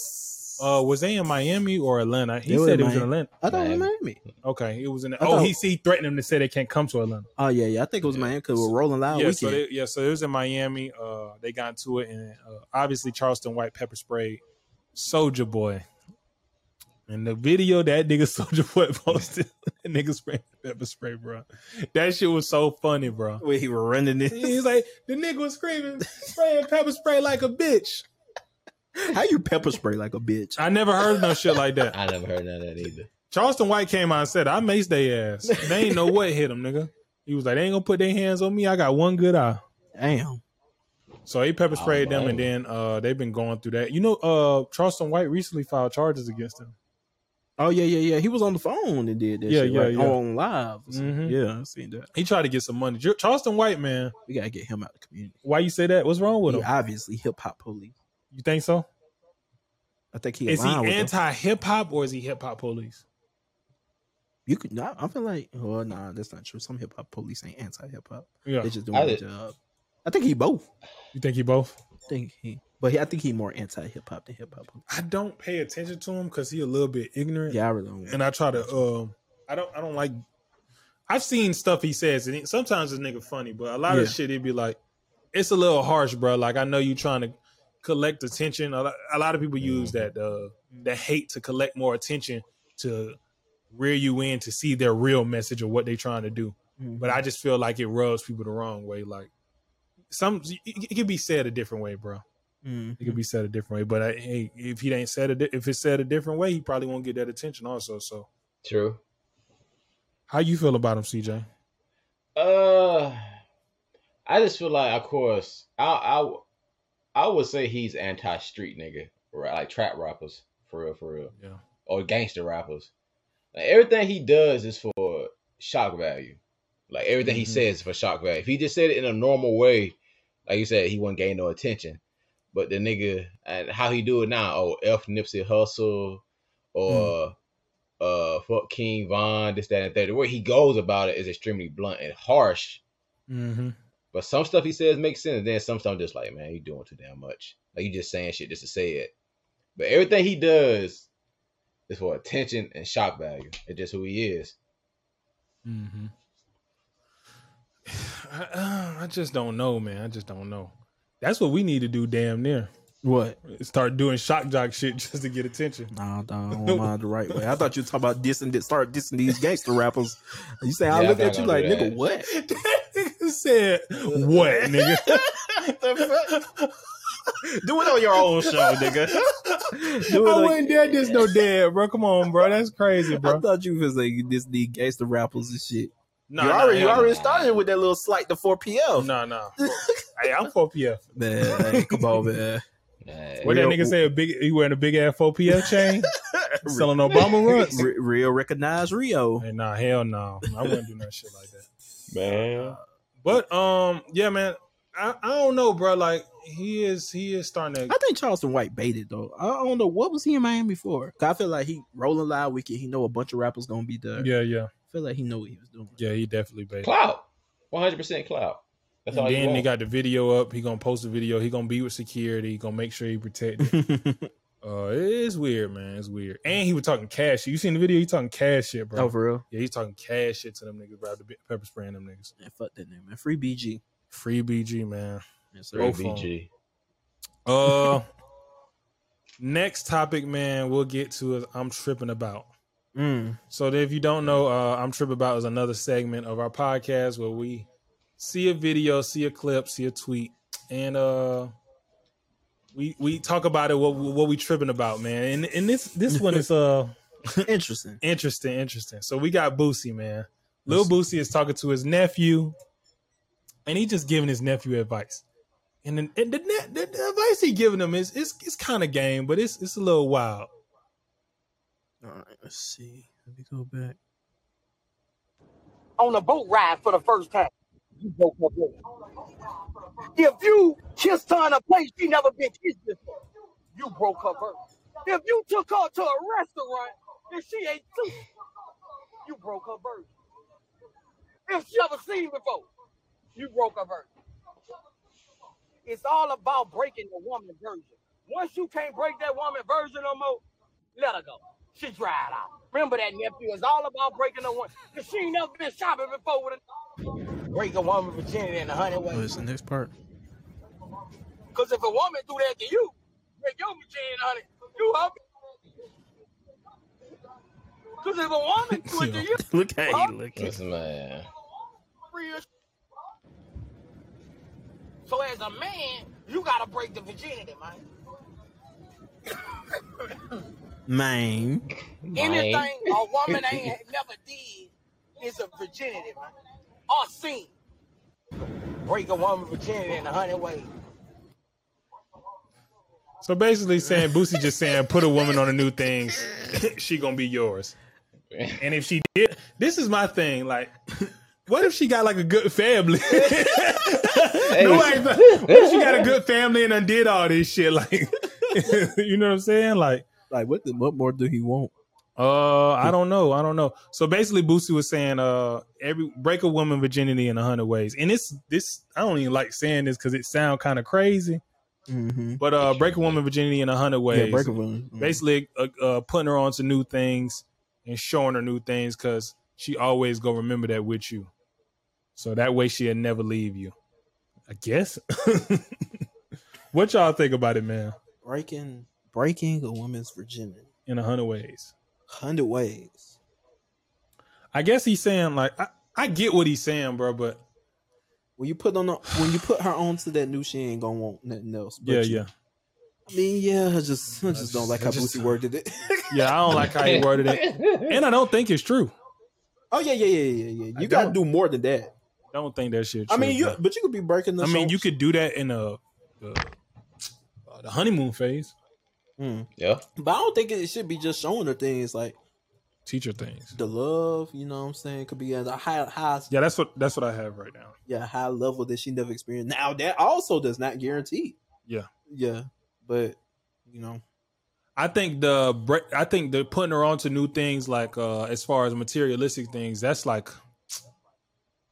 Speaker 1: Uh, was they in Miami or Atlanta? He
Speaker 3: They were
Speaker 1: said
Speaker 3: in
Speaker 1: it was in
Speaker 3: Miami.
Speaker 1: Atlanta.
Speaker 3: I don't
Speaker 2: Miami.
Speaker 3: remember me.
Speaker 1: Okay, it was in. The,
Speaker 3: I
Speaker 1: oh,
Speaker 3: thought-
Speaker 1: he see threatened him to say they can't come to Atlanta.
Speaker 3: Oh yeah, yeah. I think it was my Miami because we're rolling loud
Speaker 1: yeah,
Speaker 3: weekend. *laughs*
Speaker 1: so they, yeah, so it was in Miami. Uh, they got into it, and uh, obviously Charleston White pepper sprayed Soldier Boy. And the video that nigga *laughs* Soldier Boy posted, *laughs* that nigga sprayed pepper spray, bro. That shit was so funny, bro.
Speaker 3: Where he were running
Speaker 1: He's
Speaker 3: this.
Speaker 1: like the nigga was screaming, spraying pepper spray like a bitch.
Speaker 3: How you pepper spray like a bitch?
Speaker 1: I never heard no shit like that.
Speaker 2: I never heard none of that either.
Speaker 1: Charleston White came out and said, "I maced they ass. They ain't know what hit them, nigga." He was like, "They ain't gonna put their hands on me. I got one good eye."
Speaker 3: Damn.
Speaker 1: So he pepper sprayed
Speaker 2: Oh,
Speaker 1: them,
Speaker 2: man.
Speaker 1: and then uh, they've been going through that. You know, uh, Charleston White recently filed charges against him.
Speaker 3: Oh yeah, yeah, yeah. He was on the phone and did that.
Speaker 1: Yeah,
Speaker 3: shit,
Speaker 1: yeah,
Speaker 3: right?
Speaker 1: yeah.
Speaker 3: On live. or something.
Speaker 1: Mhm.
Speaker 3: Yeah, I seen that.
Speaker 1: He tried to get some money. J- Charleston White, man,
Speaker 3: We gotta get him out of the community.
Speaker 1: why you say that? What's wrong with
Speaker 3: He
Speaker 1: him?
Speaker 3: obviously hip hop police.
Speaker 1: You think so?
Speaker 3: I think he
Speaker 1: Is he
Speaker 3: aligned with them.
Speaker 1: anti hip hop or is he hip hop police?
Speaker 3: You could not. I feel like, oh nah, that's not true. Some hip hop police ain't anti hip hop.
Speaker 1: Yeah,
Speaker 3: They just doing
Speaker 2: I
Speaker 3: their
Speaker 2: did-
Speaker 3: job. I think he both.
Speaker 1: you think he both?
Speaker 3: I think he, but he, I think he more anti hip hop than hip hop. police.
Speaker 1: I don't pay attention to him because he a little bit ignorant.
Speaker 3: Yeah, I really don't.
Speaker 1: and I try to um I don't I don't like I've seen stuff he says and it, sometimes this nigga funny, but a lot of
Speaker 3: Yeah.
Speaker 1: shit he'd be like it's a little harsh, bro. Like I know you trying to collect attention. A lot, a lot of people use that uh the hate to collect more attention to rear you in to see their real message or what they trying to do.
Speaker 3: Mhm.
Speaker 1: But I just feel like it rubs people the wrong way. Like some it, it can be said a different way, bro.
Speaker 3: Mhm.
Speaker 1: It could be said a different way, but I, hey, if he ain't said it, di- if it's said a different way, he probably won't get that attention. Also, so
Speaker 2: True.
Speaker 1: how you feel about him, CJ?
Speaker 2: Uh, I just feel like, of course, I I I would say he's anti street nigga, right? Like trap rappers, for real, for real,
Speaker 1: Yeah.
Speaker 2: or gangster rappers. Like everything he does is for shock value. Like everything he
Speaker 1: Mhm.
Speaker 2: says is for shock value. If he just said it in a normal way, like you said, he wouldn't gain no attention. But the nigga and how he do it now, oh F Nipsey Hustle, or uh fuck King Von, this that and that. The way he goes about it is extremely blunt and harsh.
Speaker 1: Mm-hmm.
Speaker 2: But some stuff he says makes sense, and then some stuff I'm just like, man, you doing too damn much. Like you just saying shit just to say it. But everything he does is for attention and shock value. It's just who he is.
Speaker 1: Mm-hmm. I, uh, *sighs* I just don't know, man. I just don't know. That's what we need to do, damn near.
Speaker 3: What?
Speaker 1: Start doing shock jock shit *laughs* just to get attention.
Speaker 3: Nah, nah, I don't mind the right way. I thought you were talking about dissing, di- start dissing these gangster rappers. You say I
Speaker 2: Yeah,
Speaker 3: look
Speaker 2: I'm
Speaker 3: at you
Speaker 2: not
Speaker 3: like,
Speaker 2: gonna do
Speaker 3: nigga,
Speaker 2: that.
Speaker 3: what?
Speaker 1: that nigga said,
Speaker 3: *laughs*
Speaker 1: "What, nigga?
Speaker 3: Do it on
Speaker 1: *laughs*
Speaker 3: your own show, nigga. Do it
Speaker 1: I
Speaker 3: on-
Speaker 1: wouldn't dare this no dad, bro. Come on, bro. That's crazy,
Speaker 3: *laughs* I
Speaker 1: bro.
Speaker 3: thought you was like this these gangster rappers and shit.
Speaker 1: Nah,
Speaker 3: you
Speaker 1: nah,
Speaker 3: already, you
Speaker 1: hell
Speaker 3: already
Speaker 2: nah.
Speaker 3: started with that little slight to four
Speaker 1: no.
Speaker 3: PL.
Speaker 1: Nah, nah. hey, I'm 4PF.
Speaker 3: *laughs* Man, hey, come on, man.
Speaker 2: Nah,
Speaker 1: What that
Speaker 3: Real-
Speaker 1: nigga say? A big? He wearing a big ass 4PF
Speaker 3: *laughs*
Speaker 1: chain? selling Obama runs?
Speaker 3: *laughs* Re- real recognize Rio.
Speaker 1: Hey, nah, hell no. I wouldn't do no shit like that.
Speaker 2: man.
Speaker 1: But um, yeah, man, I, I don't know, bro. Like he is he is starting
Speaker 3: I
Speaker 1: to.
Speaker 3: think Charleston White baited though. I don't know what was he in Miami for. 'Cause I feel like he rolling loud weekend. He know a bunch of rappers gonna be there.
Speaker 1: Yeah, yeah,
Speaker 3: I feel like he know what he was doing.
Speaker 1: yeah. He definitely bait.
Speaker 2: Clout. One hundred percent clout. That's
Speaker 1: And
Speaker 2: all you
Speaker 1: then they
Speaker 2: want.
Speaker 1: got the video up. He gonna post the video. He gonna be with security. He gonna make sure he protected. *laughs* uh, it's weird, man. It's weird. And he was talking cash. shit. You seen the video? He talking cash shit, bro.
Speaker 3: oh, for real?
Speaker 1: Yeah, he's talking cash shit to them niggas, bro. The bi- pepper spraying them niggas.
Speaker 3: Man, fuck that nigga, man. Free BG.
Speaker 1: Free BG, man.
Speaker 3: Yes, sir.
Speaker 2: Free
Speaker 1: both of 'em.
Speaker 2: BG.
Speaker 1: *laughs* Uh, next topic, man. We'll get to is I'm tripping about.
Speaker 3: Mm. *laughs*
Speaker 1: So if you don't know, uh, I'm Trip About is another segment of our podcast where we see a video, see a clip, see a tweet, and uh we we talk about it. What what we tripping about, man? And and this this one is uh
Speaker 3: Interesting.
Speaker 1: interesting, interesting. So we got Boosie, man. Lil Boosie is talking to his nephew, and he just giving his nephew advice. And the, and the, ne- the, the advice he giving him is it's it's kind of game, but it's it's a little wild.
Speaker 3: All right, let's see. Let me go back.
Speaker 6: on a boat ride for the first time. You broke her balloon. If you kissed her in a place she never been kissed before, you broke her verse. If you took her to a restaurant that she ain't to, you broke her verse. If she ever seen before, you broke her verse. It's all about breaking the woman version. Once you can't break that woman version no more, let her go. She dried out. Remember that nephew is all about breaking the one. Cause she ain't never been shopping before with a break a woman virginity in a hundred
Speaker 3: What
Speaker 6: ways.
Speaker 3: is Oh, the next part?
Speaker 6: Cause if a woman do that to you, break your virginity in a hundred, you up. Cause if a woman do it to you,
Speaker 3: *laughs* Look how he looking.
Speaker 2: Listen, man.
Speaker 6: free as- So as a man, you gotta break the virginity, man.
Speaker 3: Man.
Speaker 6: Anything a woman ain't never did is a virginity, man. Or seen. Break a woman virginity in a hundred ways.
Speaker 1: So basically, saying Boosie just saying put a woman on a new thing, *laughs* she gonna be yours. And if she did, this is my thing. Like, what if she got like a good family? *laughs* Nobody, what if she got a good family and undid all this shit? Like, *laughs* you know what I'm saying? Like.
Speaker 3: Like what the, what more do he want?
Speaker 1: Uh, I don't know. I don't know. So basically, Boosie was saying, uh, every break a woman virginity in a hundred ways, and it's this. I don't even like saying this because it sound kind of crazy,
Speaker 3: Mm-hmm.
Speaker 1: but uh, break a woman virginity in a hundred ways.
Speaker 3: Yeah, break a woman. Mhm.
Speaker 1: Basically, uh, uh, putting her onto new things and showing her new things because she always gonna remember that with you. So that way she'll never leave you. I guess. *laughs* what y'all think about it, man?
Speaker 3: Breaking breaking a woman's virginity.
Speaker 1: In a hundred ways.
Speaker 3: Hundred ways.
Speaker 1: I guess he's saying like I, I get what he's saying, bro, but
Speaker 3: When you put on the, when you put her onto that new, she ain't gonna want nothing else. but
Speaker 1: yeah,
Speaker 3: you.
Speaker 1: yeah.
Speaker 3: I mean, yeah, I just I just don't like how
Speaker 1: I just-
Speaker 3: Boosie worded it. *laughs*
Speaker 1: Yeah, I don't like how he worded it. And I don't think it's true.
Speaker 3: oh yeah, yeah, yeah, yeah, yeah.
Speaker 1: I
Speaker 3: You gotta
Speaker 1: don't.
Speaker 3: do more than that.
Speaker 1: I don't think that shit.
Speaker 3: I
Speaker 1: True,
Speaker 3: mean, you
Speaker 1: but-
Speaker 3: but you could be breaking the.
Speaker 1: I mean, you
Speaker 3: could.
Speaker 1: could do that in a, uh, uh, the honeymoon phase,
Speaker 2: Yeah.
Speaker 3: Mm. But I don't think it should be just showing her things like
Speaker 1: teacher things.
Speaker 3: the love. You know what I'm saying? Could be at a high high
Speaker 1: Yeah, that's what that's what I have right now.
Speaker 3: yeah high level that she never experienced. Now that also does not guarantee.
Speaker 1: Yeah.
Speaker 3: Yeah, but you know,
Speaker 1: I think the bre- I think the putting her on to new things, like uh as far as materialistic things, that's like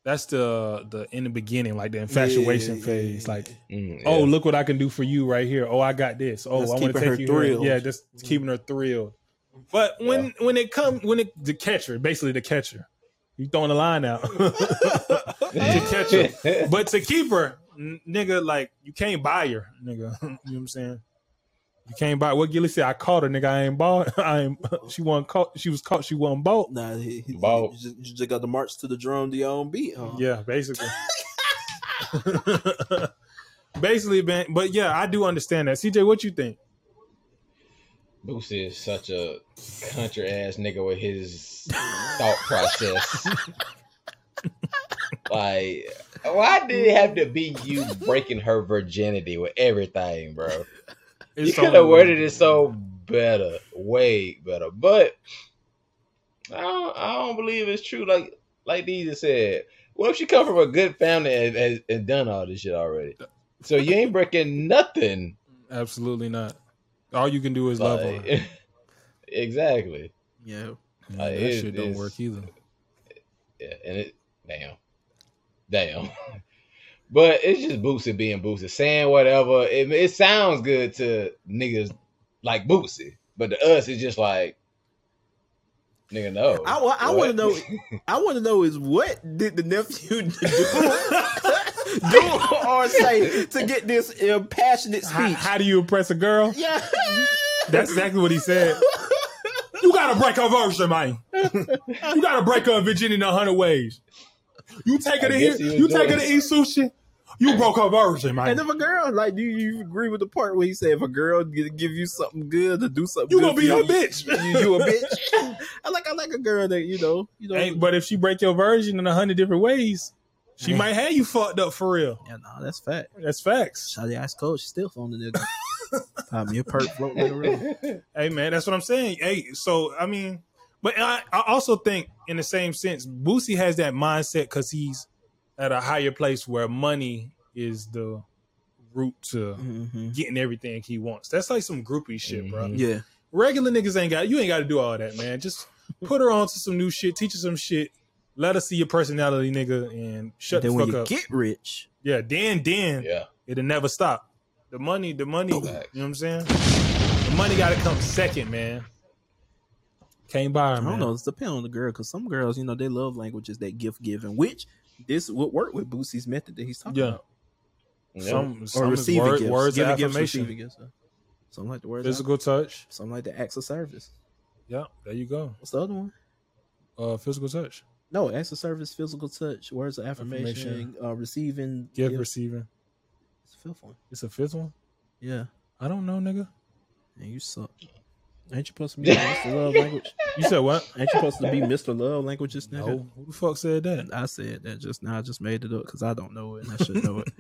Speaker 1: that's the the in the beginning, like the infatuation
Speaker 3: yeah,
Speaker 1: phase,
Speaker 3: yeah.
Speaker 1: like *laughs*
Speaker 2: Mm,
Speaker 1: *laughs* oh
Speaker 2: yeah.
Speaker 1: look what I can do for you right here. Oh I got this. Oh
Speaker 3: That's
Speaker 1: I want to
Speaker 3: keeping
Speaker 1: take
Speaker 3: her
Speaker 1: you
Speaker 3: thrilled.
Speaker 1: here. Yeah, just keeping her thrilled. But when when it comes when it the catcher basically the catcher, you throwing the line out *laughs* to catch
Speaker 2: *laughs*
Speaker 1: her, but to keep her, n- nigga, like you can't buy her, nigga. *laughs* you know what I'm saying? You can't buy what Gilly said. I caught her, nigga. I ain't bought. *laughs* I ain't. She wasn't caught. She was caught. She wasn't bought.
Speaker 3: *laughs* nah, he, he,
Speaker 2: Ball.
Speaker 3: You, just, you just got the march to the drum, to your own beat. Huh?
Speaker 1: Yeah, basically. *laughs* basically, man. But yeah, I do understand that. CJ, what you think?
Speaker 2: Boosie is such a country ass nigga with his thought process. like, why did it have to be you breaking her virginity with everything, bro? You
Speaker 1: It's
Speaker 2: could
Speaker 1: only
Speaker 2: have
Speaker 1: one.
Speaker 2: worded it so better, way better. But I don't, I don't believe it's true. Like like Deezy said, what if she come from a good family and, and, and done all this shit already? So you ain't breaking nothing.
Speaker 1: Absolutely not. All you can do is love on
Speaker 2: Like, *laughs*
Speaker 1: her.
Speaker 2: exactly.
Speaker 3: yeah.
Speaker 1: Man,
Speaker 2: uh,
Speaker 1: that
Speaker 2: it-
Speaker 1: shit don't
Speaker 2: it's-
Speaker 1: work either.
Speaker 2: Yeah, and it damn, damn. *laughs* but it's just Boosie being Boosie, saying whatever. It, it sounds good to niggas like Boosie, but to us, it's just like nigga. No,
Speaker 3: I, wa- I
Speaker 2: What?
Speaker 3: want to know. I want to know is what did the nephew *laughs* do, *laughs* do or say to get this impassionate
Speaker 1: How,
Speaker 3: speech?
Speaker 1: how do you impress a girl?
Speaker 3: Yeah,
Speaker 1: That's exactly what he said. You gotta break her version, man. you gotta break her virginity in a hundred ways. You take her
Speaker 2: I
Speaker 1: to
Speaker 2: guess
Speaker 1: here,
Speaker 2: he was
Speaker 1: you take her
Speaker 2: doing
Speaker 1: to
Speaker 2: it.
Speaker 1: eat sushi. You broke her version, man.
Speaker 3: And if a girl, like, do you agree with the part where he said if a girl gi- give you something good to do something,
Speaker 1: You
Speaker 3: good
Speaker 1: gonna be
Speaker 3: for
Speaker 1: her
Speaker 3: you,
Speaker 1: bitch.
Speaker 3: You, you
Speaker 1: *laughs*
Speaker 3: a bitch. I like I like a girl that you know you know.
Speaker 1: Hey, but if she break your version in a hundred different ways, she
Speaker 3: Yeah.
Speaker 1: might have you fucked up for real.
Speaker 3: yeah, nah, that's fact.
Speaker 1: That's facts.
Speaker 3: Shawty ass coach still phoning the nigga.
Speaker 1: *laughs*
Speaker 3: Find me a perk floating in the room.
Speaker 1: Hey man, that's what I'm saying. Hey, so I mean, but I, I also think in the same sense, Boosie has that mindset because he's at a higher place where money is the route to
Speaker 3: Mhm.
Speaker 1: getting everything he wants. That's like some groupie shit, bro.
Speaker 2: Mhm.
Speaker 3: Yeah,
Speaker 1: Regular niggas ain't got you ain't got to do all that, man.
Speaker 3: *laughs*
Speaker 1: Just put her on to some new shit, teach her some shit. Let her see your personality, nigga, and shut
Speaker 3: then
Speaker 1: the
Speaker 3: when
Speaker 1: fuck
Speaker 3: you
Speaker 1: up.
Speaker 3: get rich,
Speaker 1: yeah, then then
Speaker 2: *laughs* Yeah.
Speaker 1: It'll never stop. The money, the money, you know
Speaker 2: Facts.
Speaker 1: what I'm saying? The money gotta come second, man. Can't buy her,
Speaker 3: I
Speaker 1: man.
Speaker 3: don't know. It's depend on the girl because some girls, you know, they love languages that gift giving, which this would work with Boosie's method that he's talking
Speaker 1: Yeah.
Speaker 3: about.
Speaker 2: Yeah.
Speaker 1: Some, some
Speaker 3: or
Speaker 1: is
Speaker 3: receiving
Speaker 1: word-
Speaker 3: gifts.
Speaker 1: words of
Speaker 3: Giving gifts,
Speaker 1: affirmation.
Speaker 3: receiving gifts. Something like the words. Physical.
Speaker 1: physical touch.
Speaker 3: Something like the acts of service.
Speaker 1: Yeah, there you go.
Speaker 3: What's the other one?
Speaker 1: Uh physical touch.
Speaker 3: No, acts of service, physical touch, words of affirmation,
Speaker 1: Affirmation.
Speaker 3: uh, receiving.
Speaker 1: Gift
Speaker 3: gifts.
Speaker 1: receiving.
Speaker 3: It's the fifth one.
Speaker 1: It's a fifth one?
Speaker 3: Yeah,
Speaker 1: I don't know,
Speaker 3: *laughs*
Speaker 1: nigga.
Speaker 3: and you suck. Ain't you supposed to be Mr. Love language?
Speaker 1: You said what?
Speaker 3: Ain't you supposed to be Mr. Love languages? Nigga?
Speaker 1: no. Who the fuck said that?
Speaker 3: I said that just now. I just made it up because I don't know it and I should know it. *laughs*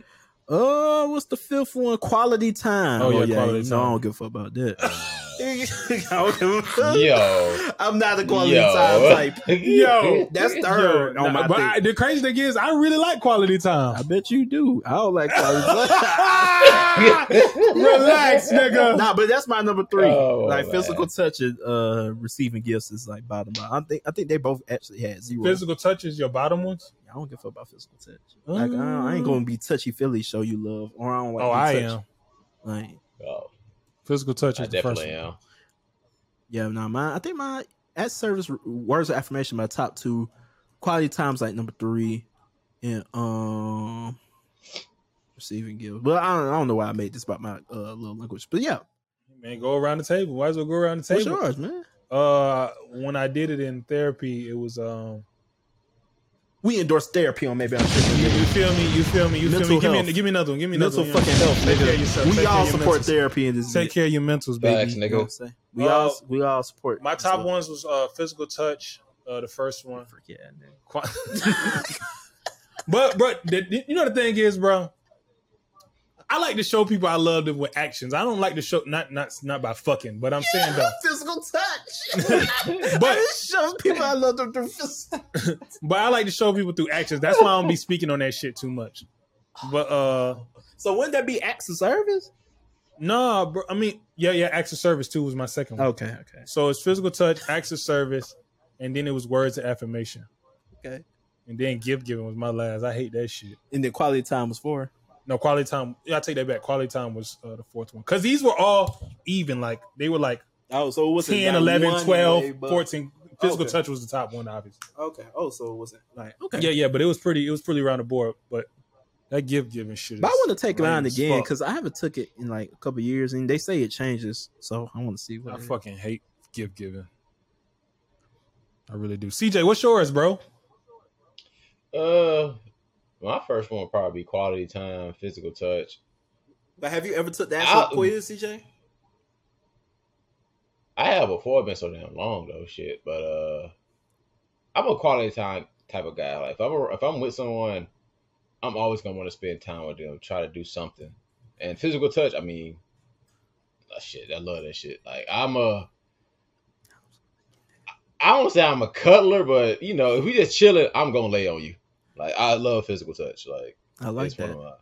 Speaker 3: Oh, what's the fifth one? Quality time.
Speaker 1: Oh, yeah, quality
Speaker 3: No, I
Speaker 1: time.
Speaker 3: don't give a fuck about that. *laughs*
Speaker 2: Yo.
Speaker 3: I'm not a quality
Speaker 2: Yo.
Speaker 3: time
Speaker 2: *laughs*
Speaker 3: type.
Speaker 1: Yo.
Speaker 3: That's third
Speaker 1: Yo, nah,
Speaker 3: on my
Speaker 1: but
Speaker 3: thing.
Speaker 1: I, the crazy thing is, I really like quality *laughs*
Speaker 3: I
Speaker 1: time. Ah,
Speaker 3: bet you do. I don't like quality time.
Speaker 1: Relax, nigga.
Speaker 3: *laughs* nah, but that's my number three.
Speaker 2: Oh,
Speaker 3: like
Speaker 2: man.
Speaker 3: physical touch and uh, receiving gifts is like bottom line. I think I think they both actually had zero.
Speaker 1: *laughs* Physical touch is your bottom ones?
Speaker 3: I don't give a fuck about physical touch. Like I, don't- I ain't gonna be touchy feely show you love, or I don't like.
Speaker 1: Oh,
Speaker 3: being
Speaker 1: I am.
Speaker 3: touched. Like
Speaker 2: Oh,
Speaker 1: Physical touch
Speaker 2: I
Speaker 1: is the first
Speaker 2: definitely
Speaker 1: one.
Speaker 2: am.
Speaker 3: yeah, nah, mine. I think my at service words of affirmation my top two. Quality times like number three, and um, receiving gifts. Well, I don't, I don't know why I made this about my uh little language, but yeah,
Speaker 1: Man, go around the table. Might as well go around the
Speaker 3: what's
Speaker 1: table.
Speaker 3: yours, man?
Speaker 1: Uh, when I did it in therapy, it was um.
Speaker 3: We endorse therapy on maybe I'm
Speaker 1: You,
Speaker 3: tripping.
Speaker 1: you feel me? You feel me? You feel
Speaker 3: Mental
Speaker 1: me? Give me,
Speaker 3: health.
Speaker 1: give me another one. Give me another
Speaker 3: Mental
Speaker 1: one.
Speaker 3: fucking health,
Speaker 1: Take care of
Speaker 3: nigga.
Speaker 1: yourself.
Speaker 3: We
Speaker 1: Take care
Speaker 3: all
Speaker 1: of your
Speaker 3: support
Speaker 1: mentals.
Speaker 3: therapy in this.
Speaker 1: Take
Speaker 3: bitch.
Speaker 1: care of your mentals,
Speaker 2: Facts,
Speaker 1: baby.
Speaker 3: You know what I'm
Speaker 2: nigga.
Speaker 3: saying? We
Speaker 1: Uh,
Speaker 3: all we all support.
Speaker 1: My top
Speaker 3: one.
Speaker 1: ones was uh physical touch, uh the first one. *laughs*
Speaker 3: Yeah, nigga.
Speaker 1: Qua- but bro, the, the- you know the thing is, bro. I like to show people I love them with actions. I don't like to show not not not by fucking, but I'm saying
Speaker 3: *laughs*
Speaker 1: though.
Speaker 8: Physical touch.
Speaker 1: But
Speaker 8: Show people I love them through physical.
Speaker 1: But I like to show people through actions. That's why I don't be speaking on that shit too much. But uh
Speaker 3: So wouldn't that be acts of service?
Speaker 1: nah, bro. I mean, yeah, yeah, acts of service too was my second one.
Speaker 3: Okay, okay,
Speaker 1: So it's physical touch, acts of service, and then it was words of affirmation.
Speaker 3: okay.
Speaker 1: And then gift giving was my last. I hate that shit.
Speaker 3: And then quality time was four.
Speaker 1: No, quality time. Yeah, I take that back. Quality time was uh, the fourth one. Cause these were all even. Like they were like
Speaker 3: Oh, so it wasn't
Speaker 1: 10,
Speaker 3: like
Speaker 1: 11,
Speaker 3: one
Speaker 1: 12,
Speaker 3: way, but-
Speaker 1: 14. Physical
Speaker 3: Okay.
Speaker 1: touch was the top one, obviously.
Speaker 3: Okay. Oh, so it wasn't.
Speaker 1: Like
Speaker 3: Okay.
Speaker 1: yeah, yeah, but it was pretty it was pretty around the board. But that gift giving shit.
Speaker 3: But I
Speaker 1: is
Speaker 3: want to take
Speaker 1: lame
Speaker 3: mine
Speaker 1: as
Speaker 3: again
Speaker 1: fuck.
Speaker 3: because I haven't took it in like a couple years, and they say it changes. So I want to see what.
Speaker 1: I
Speaker 3: it is.
Speaker 1: fucking hate gift giving. I really do. CJ, what's yours, bro?
Speaker 2: Uh, my first one would probably be quality time, physical touch.
Speaker 3: But have you ever took the
Speaker 2: actual
Speaker 3: quiz, CJ?
Speaker 2: I have before been so damn long though, shit. But uh, I'm a quality time type of guy. Like if I'm a, if I'm with someone, I'm always gonna want to spend time with them, try to do something. And physical touch, I mean, uh, shit, I love that shit. Like I'm a, I don't say I'm a cuddler, but you know, if we just chilling, I'm gonna lay on you. Like I love physical touch. Like
Speaker 3: I like
Speaker 2: it's one
Speaker 3: that.
Speaker 2: of my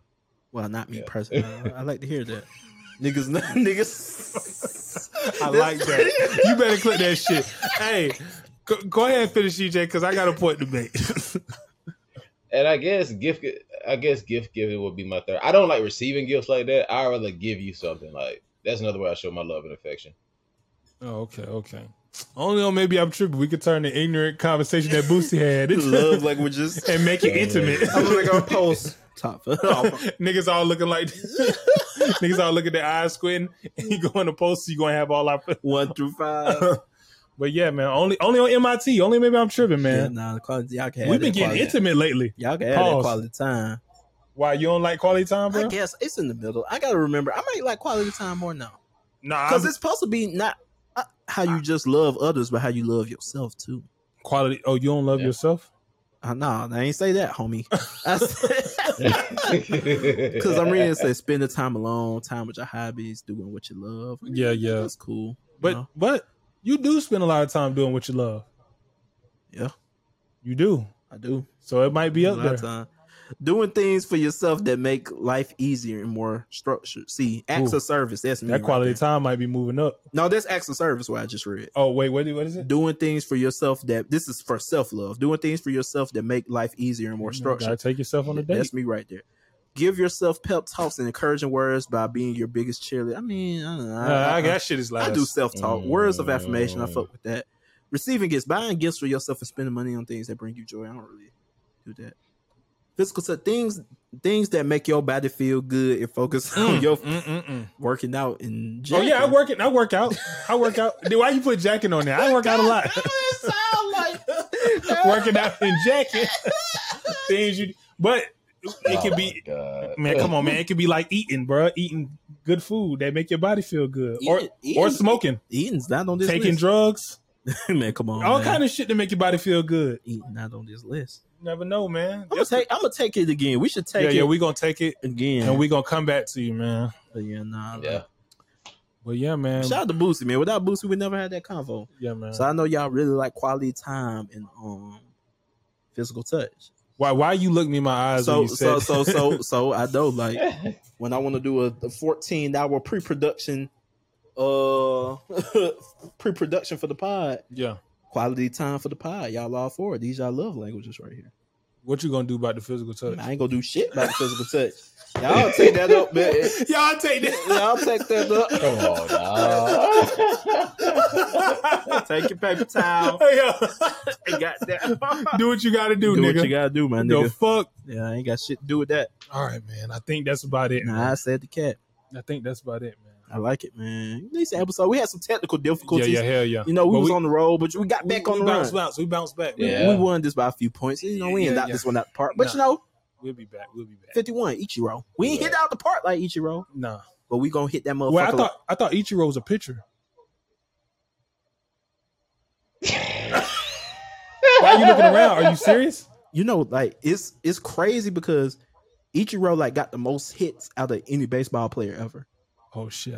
Speaker 3: Well, not me
Speaker 2: Yeah.
Speaker 3: personally. I I like to hear that. *laughs* Niggas, niggas.
Speaker 1: I like
Speaker 3: *laughs*
Speaker 1: that. you better click that shit. Hey, go, go ahead and finish CJ because I got a point to make. *laughs*
Speaker 2: And I guess gift, I guess gift giving would be my third. I don't like receiving gifts like that. I rather give you something. Like that's another way I show my love
Speaker 1: *laughs*
Speaker 2: and affection.
Speaker 1: oh, okay, okay. Only on maybe I'm tripping. We could turn the ignorant conversation that Boosie
Speaker 3: *laughs*
Speaker 1: had into-
Speaker 3: Love Oh, languages.
Speaker 1: and make it intimate.
Speaker 3: like our post.
Speaker 1: *laughs*
Speaker 3: Top.
Speaker 1: Niggas all looking like *laughs* niggas all looking their eyes squinting, *laughs* and you go in the post, you gonna have all our.
Speaker 3: One through five.
Speaker 1: *laughs* But yeah, man, only only on MIT. Only maybe I'm tripping,
Speaker 3: Yeah,
Speaker 1: man.
Speaker 3: nah, the quality, y'all can have
Speaker 1: We've
Speaker 3: that
Speaker 1: been getting
Speaker 3: quality.
Speaker 1: intimate lately.
Speaker 3: Y'all can have that
Speaker 1: Pause.
Speaker 3: quality time.
Speaker 1: Why you don't like quality time,
Speaker 3: I
Speaker 1: bro?
Speaker 3: guess it's in the middle. I gotta remember. I might like quality time more now
Speaker 1: Nah,
Speaker 3: because
Speaker 1: I'm-
Speaker 3: it's supposed to be not uh, how you just love others, but how you love yourself too.
Speaker 1: quality. Oh, you don't love
Speaker 2: Yeah.
Speaker 1: yourself?
Speaker 3: Uh, no, I ain't say
Speaker 1: *laughs*
Speaker 3: that, homie. *laughs* Because I'm reading it say spend the time alone, time with your hobbies, doing what you love.
Speaker 1: Yeah, yeah.
Speaker 3: that's cool. you
Speaker 1: But
Speaker 3: know?
Speaker 1: but you do spend a lot of time doing what you love.
Speaker 3: Yeah.
Speaker 1: you do.
Speaker 3: I do.
Speaker 1: So it might be
Speaker 3: a
Speaker 1: up
Speaker 3: lot
Speaker 1: there.
Speaker 3: of time. Doing things for yourself that make life easier and more structured. See, acts
Speaker 1: Ooh.
Speaker 3: of service. That's me
Speaker 1: That
Speaker 3: right
Speaker 1: quality
Speaker 3: there.
Speaker 1: time might be moving up.
Speaker 3: No, that's acts of service. What I just read.
Speaker 1: Oh wait, what, what is it?
Speaker 3: Doing things for yourself that this is for self love. Doing things for yourself that make life easier and more structured.
Speaker 1: Gotta take yourself on a
Speaker 3: Yeah,
Speaker 1: date.
Speaker 3: That's me right there. Give yourself pep talks and encouraging words by being your biggest cheerleader. I mean, I, don't know. I,
Speaker 1: Nah,
Speaker 3: I-
Speaker 1: Uh, I- that shit is
Speaker 3: I
Speaker 1: last.
Speaker 3: do self talk, words of affirmation. I
Speaker 2: Mm.
Speaker 3: fuck with that. Receiving gifts, buying gifts for yourself, and spending money on things that bring you joy. I don't really do that. Physical so things, things that make your body feel good and focus on
Speaker 1: Mm,
Speaker 3: your
Speaker 1: mm, mm, mm.
Speaker 3: working out and.
Speaker 1: Oh yeah, I
Speaker 3: jacking.
Speaker 1: work it. I work out. I work out. Dude, Why you put jacking on there? I work out a lot. *laughs* Working out and jacking *laughs* things you. But
Speaker 2: Oh
Speaker 1: it could be. Man, come on, man. It could be like eating, bruh. Eating good food that make your body feel good, or
Speaker 3: Eating- eating-
Speaker 1: or smoking,
Speaker 3: Eating's not on this
Speaker 1: taking
Speaker 3: list.
Speaker 1: drugs,
Speaker 3: man, come on,
Speaker 1: all
Speaker 3: man.
Speaker 1: kind of shit to make your body feel good.
Speaker 3: eating not on this list.
Speaker 1: You never know, man.
Speaker 3: I'm gonna
Speaker 1: That's-
Speaker 3: take. I'm gonna take it again. We should take
Speaker 1: yeah,
Speaker 3: it
Speaker 1: yeah. We gonna take it,
Speaker 3: again.
Speaker 1: and we gonna come back to you, man.
Speaker 3: yeah, nah.
Speaker 2: Yeah.
Speaker 1: But yeah, man.
Speaker 3: Shout out to Boosie, man. Without Boosie, we never had that convo.
Speaker 1: Yeah, man.
Speaker 3: So I know y'all really like quality time and um physical touch.
Speaker 1: Why? Why you looked me in my eyes? when
Speaker 3: So
Speaker 1: you said
Speaker 3: so so
Speaker 1: that?
Speaker 3: so so I know like when I want to do a, a 14 hour pre-production uh *laughs* pre-production for the pod,
Speaker 1: *laughs* yeah.
Speaker 3: quality time for the pod. Y'all all for it. These y'all love languages right here.
Speaker 1: What you gonna do about the physical touch?
Speaker 3: I ain't gonna do shit about the physical touch. Y'all take that up, man.
Speaker 1: *laughs* Y'all take that.
Speaker 3: Y'all take that up.
Speaker 2: *laughs* Come on, dawg.
Speaker 3: Take your
Speaker 1: *laughs*
Speaker 3: paper towel.
Speaker 1: Yo.
Speaker 3: Got that.
Speaker 1: *laughs* do what you gotta do,
Speaker 3: do
Speaker 1: nigga.
Speaker 3: what you gotta do, my
Speaker 1: the
Speaker 3: nigga.
Speaker 1: fuck.
Speaker 3: Yeah, I ain't got shit to do with that.
Speaker 1: All right, man. I think that's about it.
Speaker 3: Nah,
Speaker 1: man.
Speaker 3: I said the cat.
Speaker 1: I think that's about it, man.
Speaker 3: I like it, man. Decent episode. We had some technical difficulties.
Speaker 1: Yeah, yeah, hell yeah.
Speaker 3: You know, we
Speaker 1: But
Speaker 3: was on the road, but we got back
Speaker 1: we,
Speaker 3: on
Speaker 1: we
Speaker 3: the
Speaker 1: bounce
Speaker 3: road.
Speaker 1: back. We bounce back. man.
Speaker 2: Yeah.
Speaker 3: We won this by a few points. You know, we
Speaker 1: Yeah,
Speaker 3: ain't knocked
Speaker 1: yeah.
Speaker 3: this one out the park. But
Speaker 1: Nah.
Speaker 3: you know,
Speaker 1: We'll be back. We'll be back.
Speaker 3: 51, Ichiro. We ain't hit out the park like Ichiro,
Speaker 1: Nah.
Speaker 3: but we gonna hit that motherfucker.
Speaker 1: Well, I
Speaker 3: like-
Speaker 1: thought I thought Ichiro was a pitcher. Why are you looking around? Are you serious?
Speaker 3: you know, like it's it's crazy because Ichiro like got the most hits out of any baseball player ever. *laughs*
Speaker 1: Oh shit!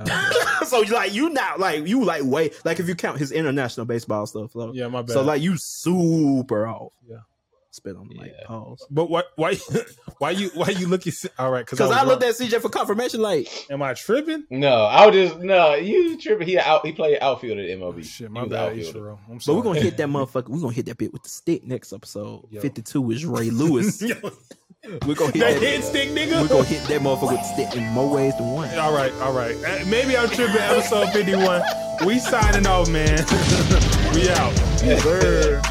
Speaker 3: so like you not like you like way like if you count his international baseball stuff, though.
Speaker 1: yeah, my bad.
Speaker 3: So like you super off.
Speaker 1: Yeah.
Speaker 3: Spit on the mic.
Speaker 2: Yeah.
Speaker 3: Pause.
Speaker 1: but why why *laughs* why you why you looking? se- All right, because
Speaker 3: Because I looked at CJ for confirmation. Like
Speaker 1: Am I tripping?
Speaker 2: *laughs* no, I was just no. You tripping? He out. He played outfield at
Speaker 1: Oh,
Speaker 2: MLB.
Speaker 1: shit,
Speaker 2: He
Speaker 1: my
Speaker 2: was
Speaker 1: bad,
Speaker 2: outfielder.
Speaker 1: Ichiro. I'm
Speaker 3: But
Speaker 1: sorry.
Speaker 3: we're gonna
Speaker 1: *laughs*
Speaker 3: hit that motherfucker. We're gonna hit that bit with the stick next episode.
Speaker 1: Yo.
Speaker 3: 52 is Ray
Speaker 1: *laughs*
Speaker 3: Lewis. we're gonna hit
Speaker 1: that
Speaker 3: that,
Speaker 1: hit stick,
Speaker 3: we're
Speaker 1: nigga.
Speaker 3: gonna hit that motherfucker with the stick in more ways than one.
Speaker 1: all right, all right. Uh, Maybe I'm tripping. Episode fifty-one. *laughs* We signing off, man. we out.
Speaker 3: Sir.